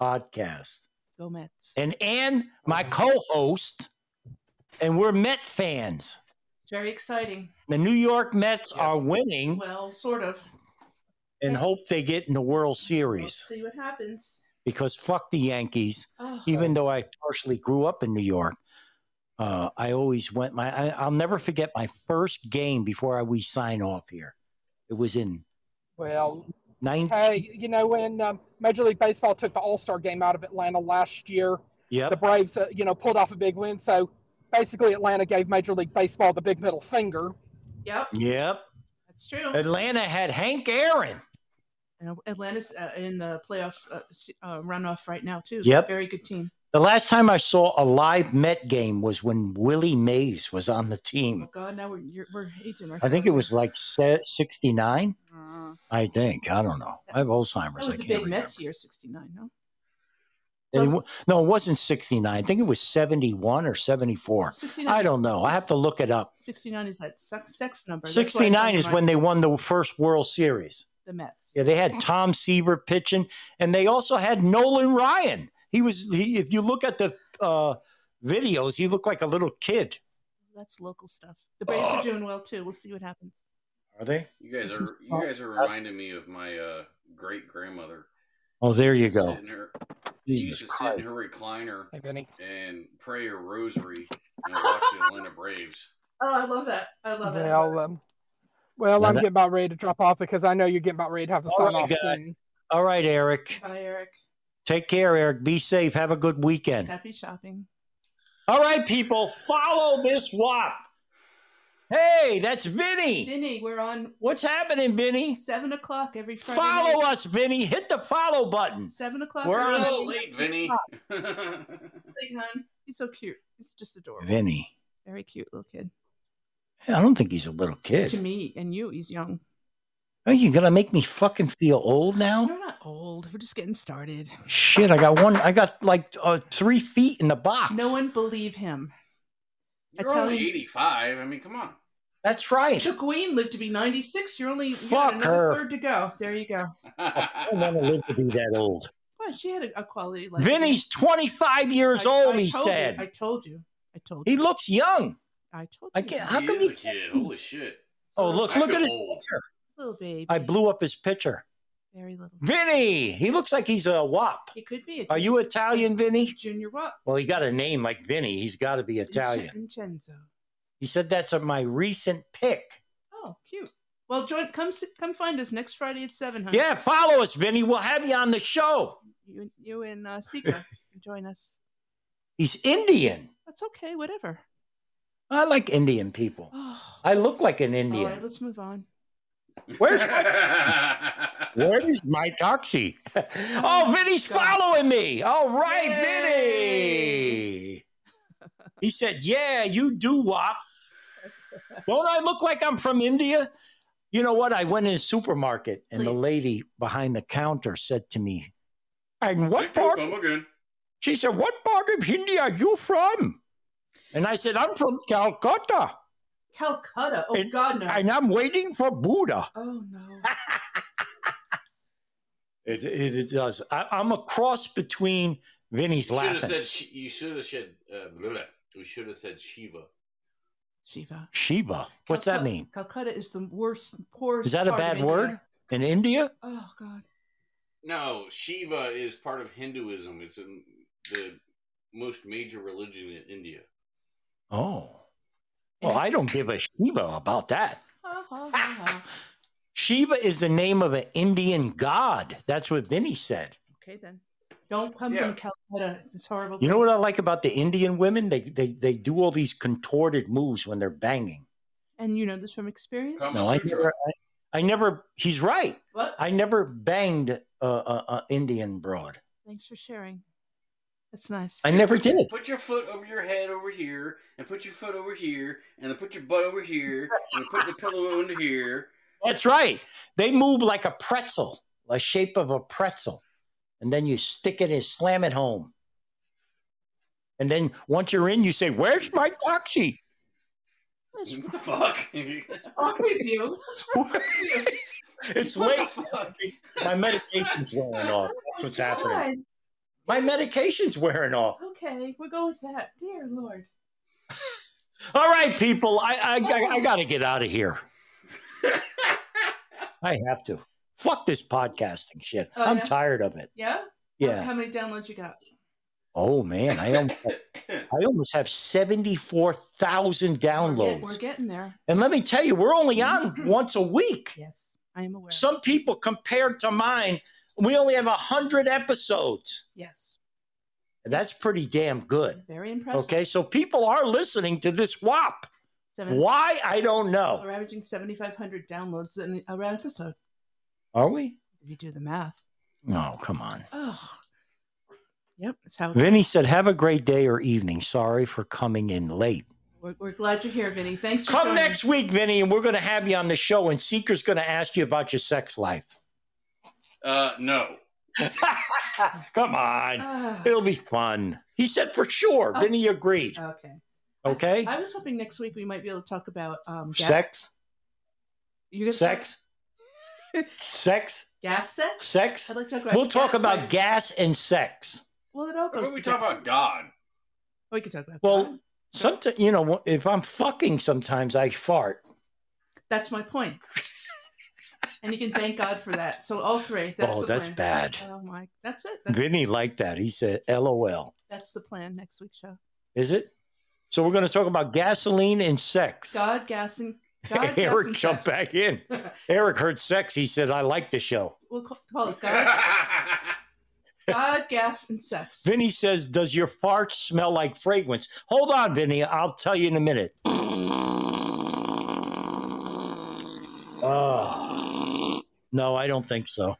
[SPEAKER 2] podcast.
[SPEAKER 3] Go Mets.
[SPEAKER 2] And Ann, my co host, and we're Met fans.
[SPEAKER 3] It's very exciting.
[SPEAKER 2] The New York Mets are winning
[SPEAKER 3] Well, sort of.
[SPEAKER 2] and hope they get in the World
[SPEAKER 3] We'll
[SPEAKER 2] Series
[SPEAKER 3] see what happens.
[SPEAKER 2] because fuck the Yankees.
[SPEAKER 3] Oh,
[SPEAKER 2] even though I partially grew up in New York, uh, I always went. My I, I'll never forget my first game before I, we sign off here. It was in
[SPEAKER 7] well
[SPEAKER 2] nineteen.
[SPEAKER 7] hey you know when um, major league baseball took the all-star game out of atlanta last year
[SPEAKER 2] yep.
[SPEAKER 7] the Braves, uh, you know, pulled off a big win. So basically, Atlanta gave Major League Baseball the big middle finger.
[SPEAKER 3] yep,
[SPEAKER 2] yep.
[SPEAKER 3] that's true.
[SPEAKER 2] Atlanta had Hank Aaron.
[SPEAKER 3] And Atlanta's uh, in the playoff uh, s- uh, runoff right now too.
[SPEAKER 2] Yep.
[SPEAKER 3] very good team.
[SPEAKER 2] The last time I saw a live Met game was when Willie Mays was on the
[SPEAKER 3] Oh
[SPEAKER 2] team.
[SPEAKER 3] God, now we're you're, we're hating ourselves.
[SPEAKER 2] I think it was like se- 69.
[SPEAKER 3] Uh,
[SPEAKER 2] I think. I don't know. I have
[SPEAKER 3] that
[SPEAKER 2] Alzheimer's.
[SPEAKER 3] was
[SPEAKER 2] I
[SPEAKER 3] a
[SPEAKER 2] can't
[SPEAKER 3] big
[SPEAKER 2] remember.
[SPEAKER 3] Mets year, '69. No,
[SPEAKER 2] It wa- no, it wasn't 69. I think it was 71 or 74.
[SPEAKER 3] 69.
[SPEAKER 2] I don't know. I have to look it up.
[SPEAKER 3] 69 is that sex, sex number. That's why I
[SPEAKER 2] 69
[SPEAKER 3] don't
[SPEAKER 2] is
[SPEAKER 3] mind
[SPEAKER 2] when they won the first World Series.
[SPEAKER 3] the Mets.
[SPEAKER 2] Yeah, they had Tom Seaver pitching, and they also had Nolan Ryan. He was, he, if you look at the uh, videos, he looked like a little kid.
[SPEAKER 3] That's local stuff. The Braves are doing well too. We'll see what happens.
[SPEAKER 2] Are they?
[SPEAKER 5] You guys are you guys are reminding me of my uh, great grandmother.
[SPEAKER 2] Oh, there you go.
[SPEAKER 5] Her, she used
[SPEAKER 2] Jesus
[SPEAKER 5] to sit
[SPEAKER 2] Christ.
[SPEAKER 5] in her recliner
[SPEAKER 7] Hey, Vinny.
[SPEAKER 5] and pray a rosary and watch the Atlanta Braves.
[SPEAKER 3] Oh, I love that. I love it.
[SPEAKER 7] Well, um, well,
[SPEAKER 2] Now
[SPEAKER 7] I'm
[SPEAKER 2] that-
[SPEAKER 7] getting about ready to drop off because I know you're getting about ready to have to
[SPEAKER 2] All
[SPEAKER 7] sign
[SPEAKER 2] right,
[SPEAKER 7] off
[SPEAKER 2] guys.
[SPEAKER 7] soon.
[SPEAKER 2] All right, Eric.
[SPEAKER 3] Bye, Eric.
[SPEAKER 2] Take care, Eric. Be safe. Have a good weekend.
[SPEAKER 3] Happy shopping.
[SPEAKER 2] All right, people, follow this WAP. Hey, that's Vinny.
[SPEAKER 3] Vinny, we're on
[SPEAKER 2] What's happening, Vinny?
[SPEAKER 3] seven o'clock every Friday.
[SPEAKER 2] Follow
[SPEAKER 3] night.
[SPEAKER 2] us, Vinny. Hit the follow button.
[SPEAKER 3] Seven o'clock.
[SPEAKER 2] We're
[SPEAKER 5] You're
[SPEAKER 3] every
[SPEAKER 5] a
[SPEAKER 2] on-
[SPEAKER 5] little
[SPEAKER 3] night.
[SPEAKER 5] late, Vinny.
[SPEAKER 3] Hey, hon. He's so cute. He's just adorable.
[SPEAKER 2] Vinny.
[SPEAKER 3] Very cute little kid.
[SPEAKER 2] I don't think he's a little kid.
[SPEAKER 3] To me and you, he's young.
[SPEAKER 2] Are you gonna make me fucking feel old now?
[SPEAKER 3] We're not old. We're just getting started.
[SPEAKER 2] Shit, I got one. I got like uh, three feet in the box.
[SPEAKER 3] No one believe him.
[SPEAKER 5] You're
[SPEAKER 3] tell
[SPEAKER 5] only
[SPEAKER 3] you-
[SPEAKER 5] 85. I mean, come on.
[SPEAKER 2] That's right.
[SPEAKER 3] The Queen lived to be 96. You're only you got
[SPEAKER 2] Fuck
[SPEAKER 3] another
[SPEAKER 2] her.
[SPEAKER 3] third to go. There you go.
[SPEAKER 2] I don't want to live to be that old.
[SPEAKER 3] Well, she had a, a quality life.
[SPEAKER 2] Vinny's 25 years
[SPEAKER 3] I-
[SPEAKER 2] old.
[SPEAKER 3] I
[SPEAKER 2] he
[SPEAKER 3] told you.
[SPEAKER 2] said
[SPEAKER 3] I told you. I told you.
[SPEAKER 2] he looks young.
[SPEAKER 3] I told you.
[SPEAKER 2] I can't- how
[SPEAKER 5] he
[SPEAKER 2] come
[SPEAKER 5] is
[SPEAKER 2] he
[SPEAKER 5] a kid. Holy shit.
[SPEAKER 2] Oh look,
[SPEAKER 5] I
[SPEAKER 2] look
[SPEAKER 5] feel
[SPEAKER 2] at his
[SPEAKER 5] old.
[SPEAKER 2] picture.
[SPEAKER 3] Little baby.
[SPEAKER 2] I blew up his picture.
[SPEAKER 3] Very little.
[SPEAKER 2] Vinny, he looks like he's a wop.
[SPEAKER 3] He could be. A
[SPEAKER 2] Are you Italian, Vinny?
[SPEAKER 3] junior what?
[SPEAKER 2] Well, he got a name like Vinny. He's got to be Italian.
[SPEAKER 3] Vincenzo.
[SPEAKER 2] He said that's a, my recent pick.
[SPEAKER 3] Oh, cute. Well, join. Come, s- come find us next Friday at seven. Huh?
[SPEAKER 2] Yeah, follow us, Vinny. We'll have you on the show.
[SPEAKER 3] You, and- you and uh, Seeker can join us.
[SPEAKER 2] He's Indian.
[SPEAKER 3] That's okay. Whatever.
[SPEAKER 2] I like Indian people.
[SPEAKER 3] Oh,
[SPEAKER 2] I look like an
[SPEAKER 3] all right.
[SPEAKER 2] Indian.
[SPEAKER 3] Let's move on.
[SPEAKER 2] Where's Where is my taxi? Oh, Vinny's
[SPEAKER 3] God.
[SPEAKER 2] following me. All right,
[SPEAKER 3] Yay.
[SPEAKER 2] Vinny. He said, Yeah, you do wop. Don't I look like I'm from India? You know what? I went in a supermarket and the
[SPEAKER 3] Please.
[SPEAKER 2] lady behind the counter said to me, And what
[SPEAKER 5] Hey,
[SPEAKER 2] part?
[SPEAKER 5] Come again.
[SPEAKER 2] She said, What part of India are you from? And I said, I'm from Calcutta
[SPEAKER 3] Calcutta. Oh
[SPEAKER 2] And-
[SPEAKER 3] God, no.
[SPEAKER 2] and I'm waiting for Buddha.
[SPEAKER 3] oh no.
[SPEAKER 2] It, it, it does. I, I'm a cross between Vinny's
[SPEAKER 5] Should have
[SPEAKER 2] laughing.
[SPEAKER 5] said Sh- you should have said uh, blah, blah. we should have said Shiva.
[SPEAKER 3] Shiva.
[SPEAKER 2] Shiva. What's that
[SPEAKER 3] Calcut-
[SPEAKER 2] mean?
[SPEAKER 3] Calcutta is the worst, poorest.
[SPEAKER 2] Is that a
[SPEAKER 3] part of
[SPEAKER 2] bad
[SPEAKER 3] India.
[SPEAKER 2] word in India?
[SPEAKER 3] Oh God.
[SPEAKER 5] No, Shiva is part of Hinduism. It's in the most major religion in India.
[SPEAKER 2] Oh. Well, I don't give a Shiva about that.
[SPEAKER 3] Ha, ha, ha, ha.
[SPEAKER 2] Shiva is the name of an Indian god. That's what Vinny said.
[SPEAKER 3] okay then. Don't come from Calcutta. It's horrible.
[SPEAKER 2] You know what
[SPEAKER 3] place.
[SPEAKER 2] I like about the Indian women? They they, they do all these contorted moves when they're banging.
[SPEAKER 3] And you know this from experience.
[SPEAKER 5] Come-
[SPEAKER 2] No, I
[SPEAKER 5] Sutra.
[SPEAKER 2] never. I, I never. He's right.
[SPEAKER 3] What?
[SPEAKER 2] I never banged a, a, a Indian broad.
[SPEAKER 3] Thanks for sharing. That's nice.
[SPEAKER 2] I never
[SPEAKER 5] put your-
[SPEAKER 2] did.
[SPEAKER 5] Put your foot over your head over here, and put your foot over here, and then put your butt over here, and then put the pillow under here.
[SPEAKER 2] That's right. They move like a pretzel, a shape of a pretzel. And then you stick it and slam it home. And then once you're in, you say, Where's my taxi?
[SPEAKER 5] What the fuck?
[SPEAKER 3] What's wrong with you? What's wrong with you?
[SPEAKER 2] It's
[SPEAKER 5] What the
[SPEAKER 2] late.
[SPEAKER 5] fuck?
[SPEAKER 2] My medication's wearing off. That's what's happening.
[SPEAKER 3] God.
[SPEAKER 2] My medication's wearing off.
[SPEAKER 3] Okay, we'll go with that. Dear Lord.
[SPEAKER 2] All right, people. I I, I, I gotta get out of here. I have to. Fuck this podcasting shit.
[SPEAKER 3] Oh,
[SPEAKER 2] I'm
[SPEAKER 3] yeah?
[SPEAKER 2] tired of it.
[SPEAKER 3] Yeah?
[SPEAKER 2] Yeah.
[SPEAKER 3] How many downloads you got?
[SPEAKER 2] Oh man, I almost, I almost have seventy four thousand
[SPEAKER 3] We're, get-
[SPEAKER 2] downloads.
[SPEAKER 3] we're getting there.
[SPEAKER 2] And let me tell you, we're only on once a week.
[SPEAKER 3] Yes, I am aware.
[SPEAKER 2] Some people compared to mine, we only have 100 episodes.
[SPEAKER 3] yes.
[SPEAKER 2] And that's pretty damn good.
[SPEAKER 3] Very impressive.
[SPEAKER 2] Okay, so people are listening to this WAP.
[SPEAKER 3] Seven,
[SPEAKER 2] Why? I don't know.
[SPEAKER 3] We're averaging 7,500 downloads in a round episode.
[SPEAKER 2] Are we?
[SPEAKER 3] If you do the math.
[SPEAKER 2] No, come on.
[SPEAKER 3] Oh. Yep, that's how
[SPEAKER 2] Vinny said, Have a great day or evening. Sorry for coming in late.
[SPEAKER 3] we're, we're glad you're here, Vinny. Thanks for
[SPEAKER 2] Come
[SPEAKER 3] joining.
[SPEAKER 2] next week, Vinny, and we're going to have you on the show, and Seeker's going to ask you about your sex life.
[SPEAKER 5] Uh, no.
[SPEAKER 2] come on.
[SPEAKER 3] Ah,
[SPEAKER 2] It'll be fun. He said, For sure. Vinny agreed.
[SPEAKER 3] okay. Oh.
[SPEAKER 2] Okay?
[SPEAKER 3] I was hoping next week we might be able to talk about um, gas,
[SPEAKER 2] sex,
[SPEAKER 3] You're gonna talk-
[SPEAKER 2] sex, sex,
[SPEAKER 3] gas sex.
[SPEAKER 2] sex.
[SPEAKER 3] I'd like to talk about.
[SPEAKER 2] We'll talk about
[SPEAKER 3] prices.
[SPEAKER 2] gas and sex.
[SPEAKER 3] Well, it all
[SPEAKER 5] Why
[SPEAKER 3] goes.
[SPEAKER 5] don't we talk about God?
[SPEAKER 3] We can talk about.
[SPEAKER 2] Well,
[SPEAKER 3] gas.
[SPEAKER 2] sometimes you know, if I'm fucking, sometimes I fart.
[SPEAKER 3] that's my point. and you can thank God for that. So all three. That's
[SPEAKER 2] oh,
[SPEAKER 3] the
[SPEAKER 2] that's
[SPEAKER 3] plan.
[SPEAKER 2] bad.
[SPEAKER 3] Oh my, that's it. That's,
[SPEAKER 2] Vinny liked that. He said, "LOL."
[SPEAKER 3] that's the plan next week's show.
[SPEAKER 2] Is it? So we're going to talk about gasoline and sex.
[SPEAKER 3] God gassing. God
[SPEAKER 2] Eric
[SPEAKER 3] gassing
[SPEAKER 2] jumped
[SPEAKER 3] sex.
[SPEAKER 2] back in. Eric heard sex. He said, "I like the show."
[SPEAKER 3] We'll call, call it God, God gas and sex.
[SPEAKER 2] Vinny says, "Does your fart smell like fragrance?" Hold on, Vinny. I'll tell you in a minute. Oh. No, I don't think so.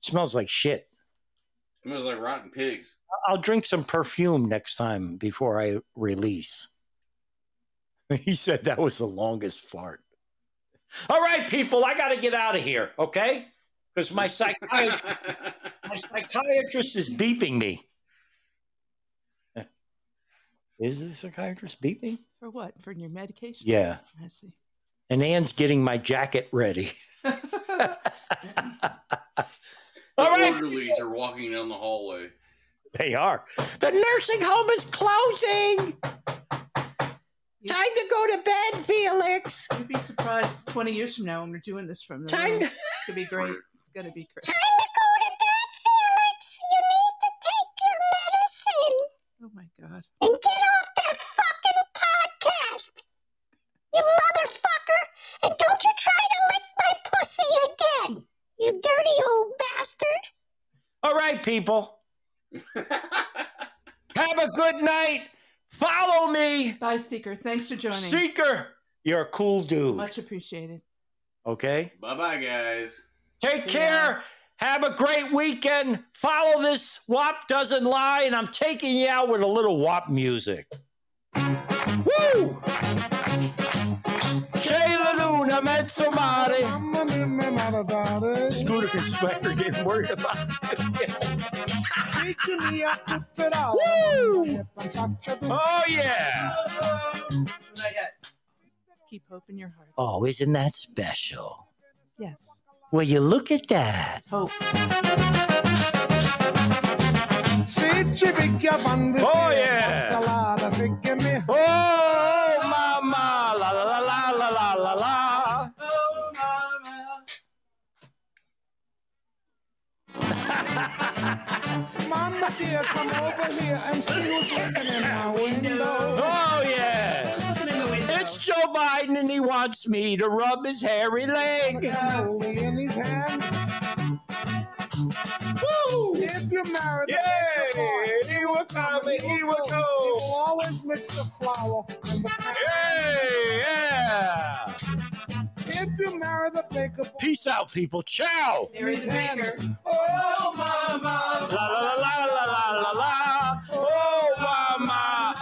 [SPEAKER 2] smells like shit.
[SPEAKER 5] it was like rotten pigs.
[SPEAKER 2] I'll drink some perfume next time before I release. He said that was the longest fart. All right, people, I got to get out of here, okay? Because my psychiatrist, my psychiatrist is beeping me. Is the psychiatrist beeping?
[SPEAKER 3] For what? For your medication?
[SPEAKER 2] Yeah.
[SPEAKER 3] I see.
[SPEAKER 2] And Ann's getting my jacket ready.
[SPEAKER 5] The
[SPEAKER 2] All right,
[SPEAKER 5] orderlies are walking down the hallway.
[SPEAKER 2] they are. The nursing home is closing. Time to go to bed, Felix.
[SPEAKER 3] You'd be surprised 20 years from now when we're doing this from. the
[SPEAKER 2] Time
[SPEAKER 3] room.
[SPEAKER 2] to
[SPEAKER 3] It's gonna be great. It's gonna be great.
[SPEAKER 8] Time to go to bed, Felix. You need to take your medicine
[SPEAKER 3] Oh my god.
[SPEAKER 8] and get off that fucking podcast. You motherfucker. And don't you try to lick you dirty old bastard.
[SPEAKER 2] All right, people. Have a good night. Follow me.
[SPEAKER 3] Bye, Seeker. Thanks for joining.
[SPEAKER 2] Seeker, you're a cool dude.
[SPEAKER 3] Much appreciated.
[SPEAKER 2] Okay?
[SPEAKER 5] bye bye, guys.
[SPEAKER 2] Take
[SPEAKER 3] See ya.
[SPEAKER 2] care. Have a great weekend. Follow this WAP Doesn't Lie, and I'm taking you out with a little WAP music. Woo! Jay LaLuna met somebody. Scooter and Swagger getting worried about it. Woo! Oh, yeah.
[SPEAKER 3] Keep hope in your heart.
[SPEAKER 2] Oh, isn't that special?
[SPEAKER 3] Yes.
[SPEAKER 2] Well, you look at that.
[SPEAKER 3] Hope.
[SPEAKER 2] Oh, yeah. Oh, mama, la la la la la la la. Oh, yeah. It's Joe Biden, and he wants me to rub his hairy leg. Woo!
[SPEAKER 9] If you're married,
[SPEAKER 2] Yeah, he will come and he will
[SPEAKER 9] you
[SPEAKER 2] go.
[SPEAKER 9] always mix the flour and the pan.
[SPEAKER 2] Yeah, yeah.
[SPEAKER 9] If you marry the baker,
[SPEAKER 2] Peace out, people. Ciao.
[SPEAKER 3] There is Baker.
[SPEAKER 9] oh mama.
[SPEAKER 2] La la la la la la la.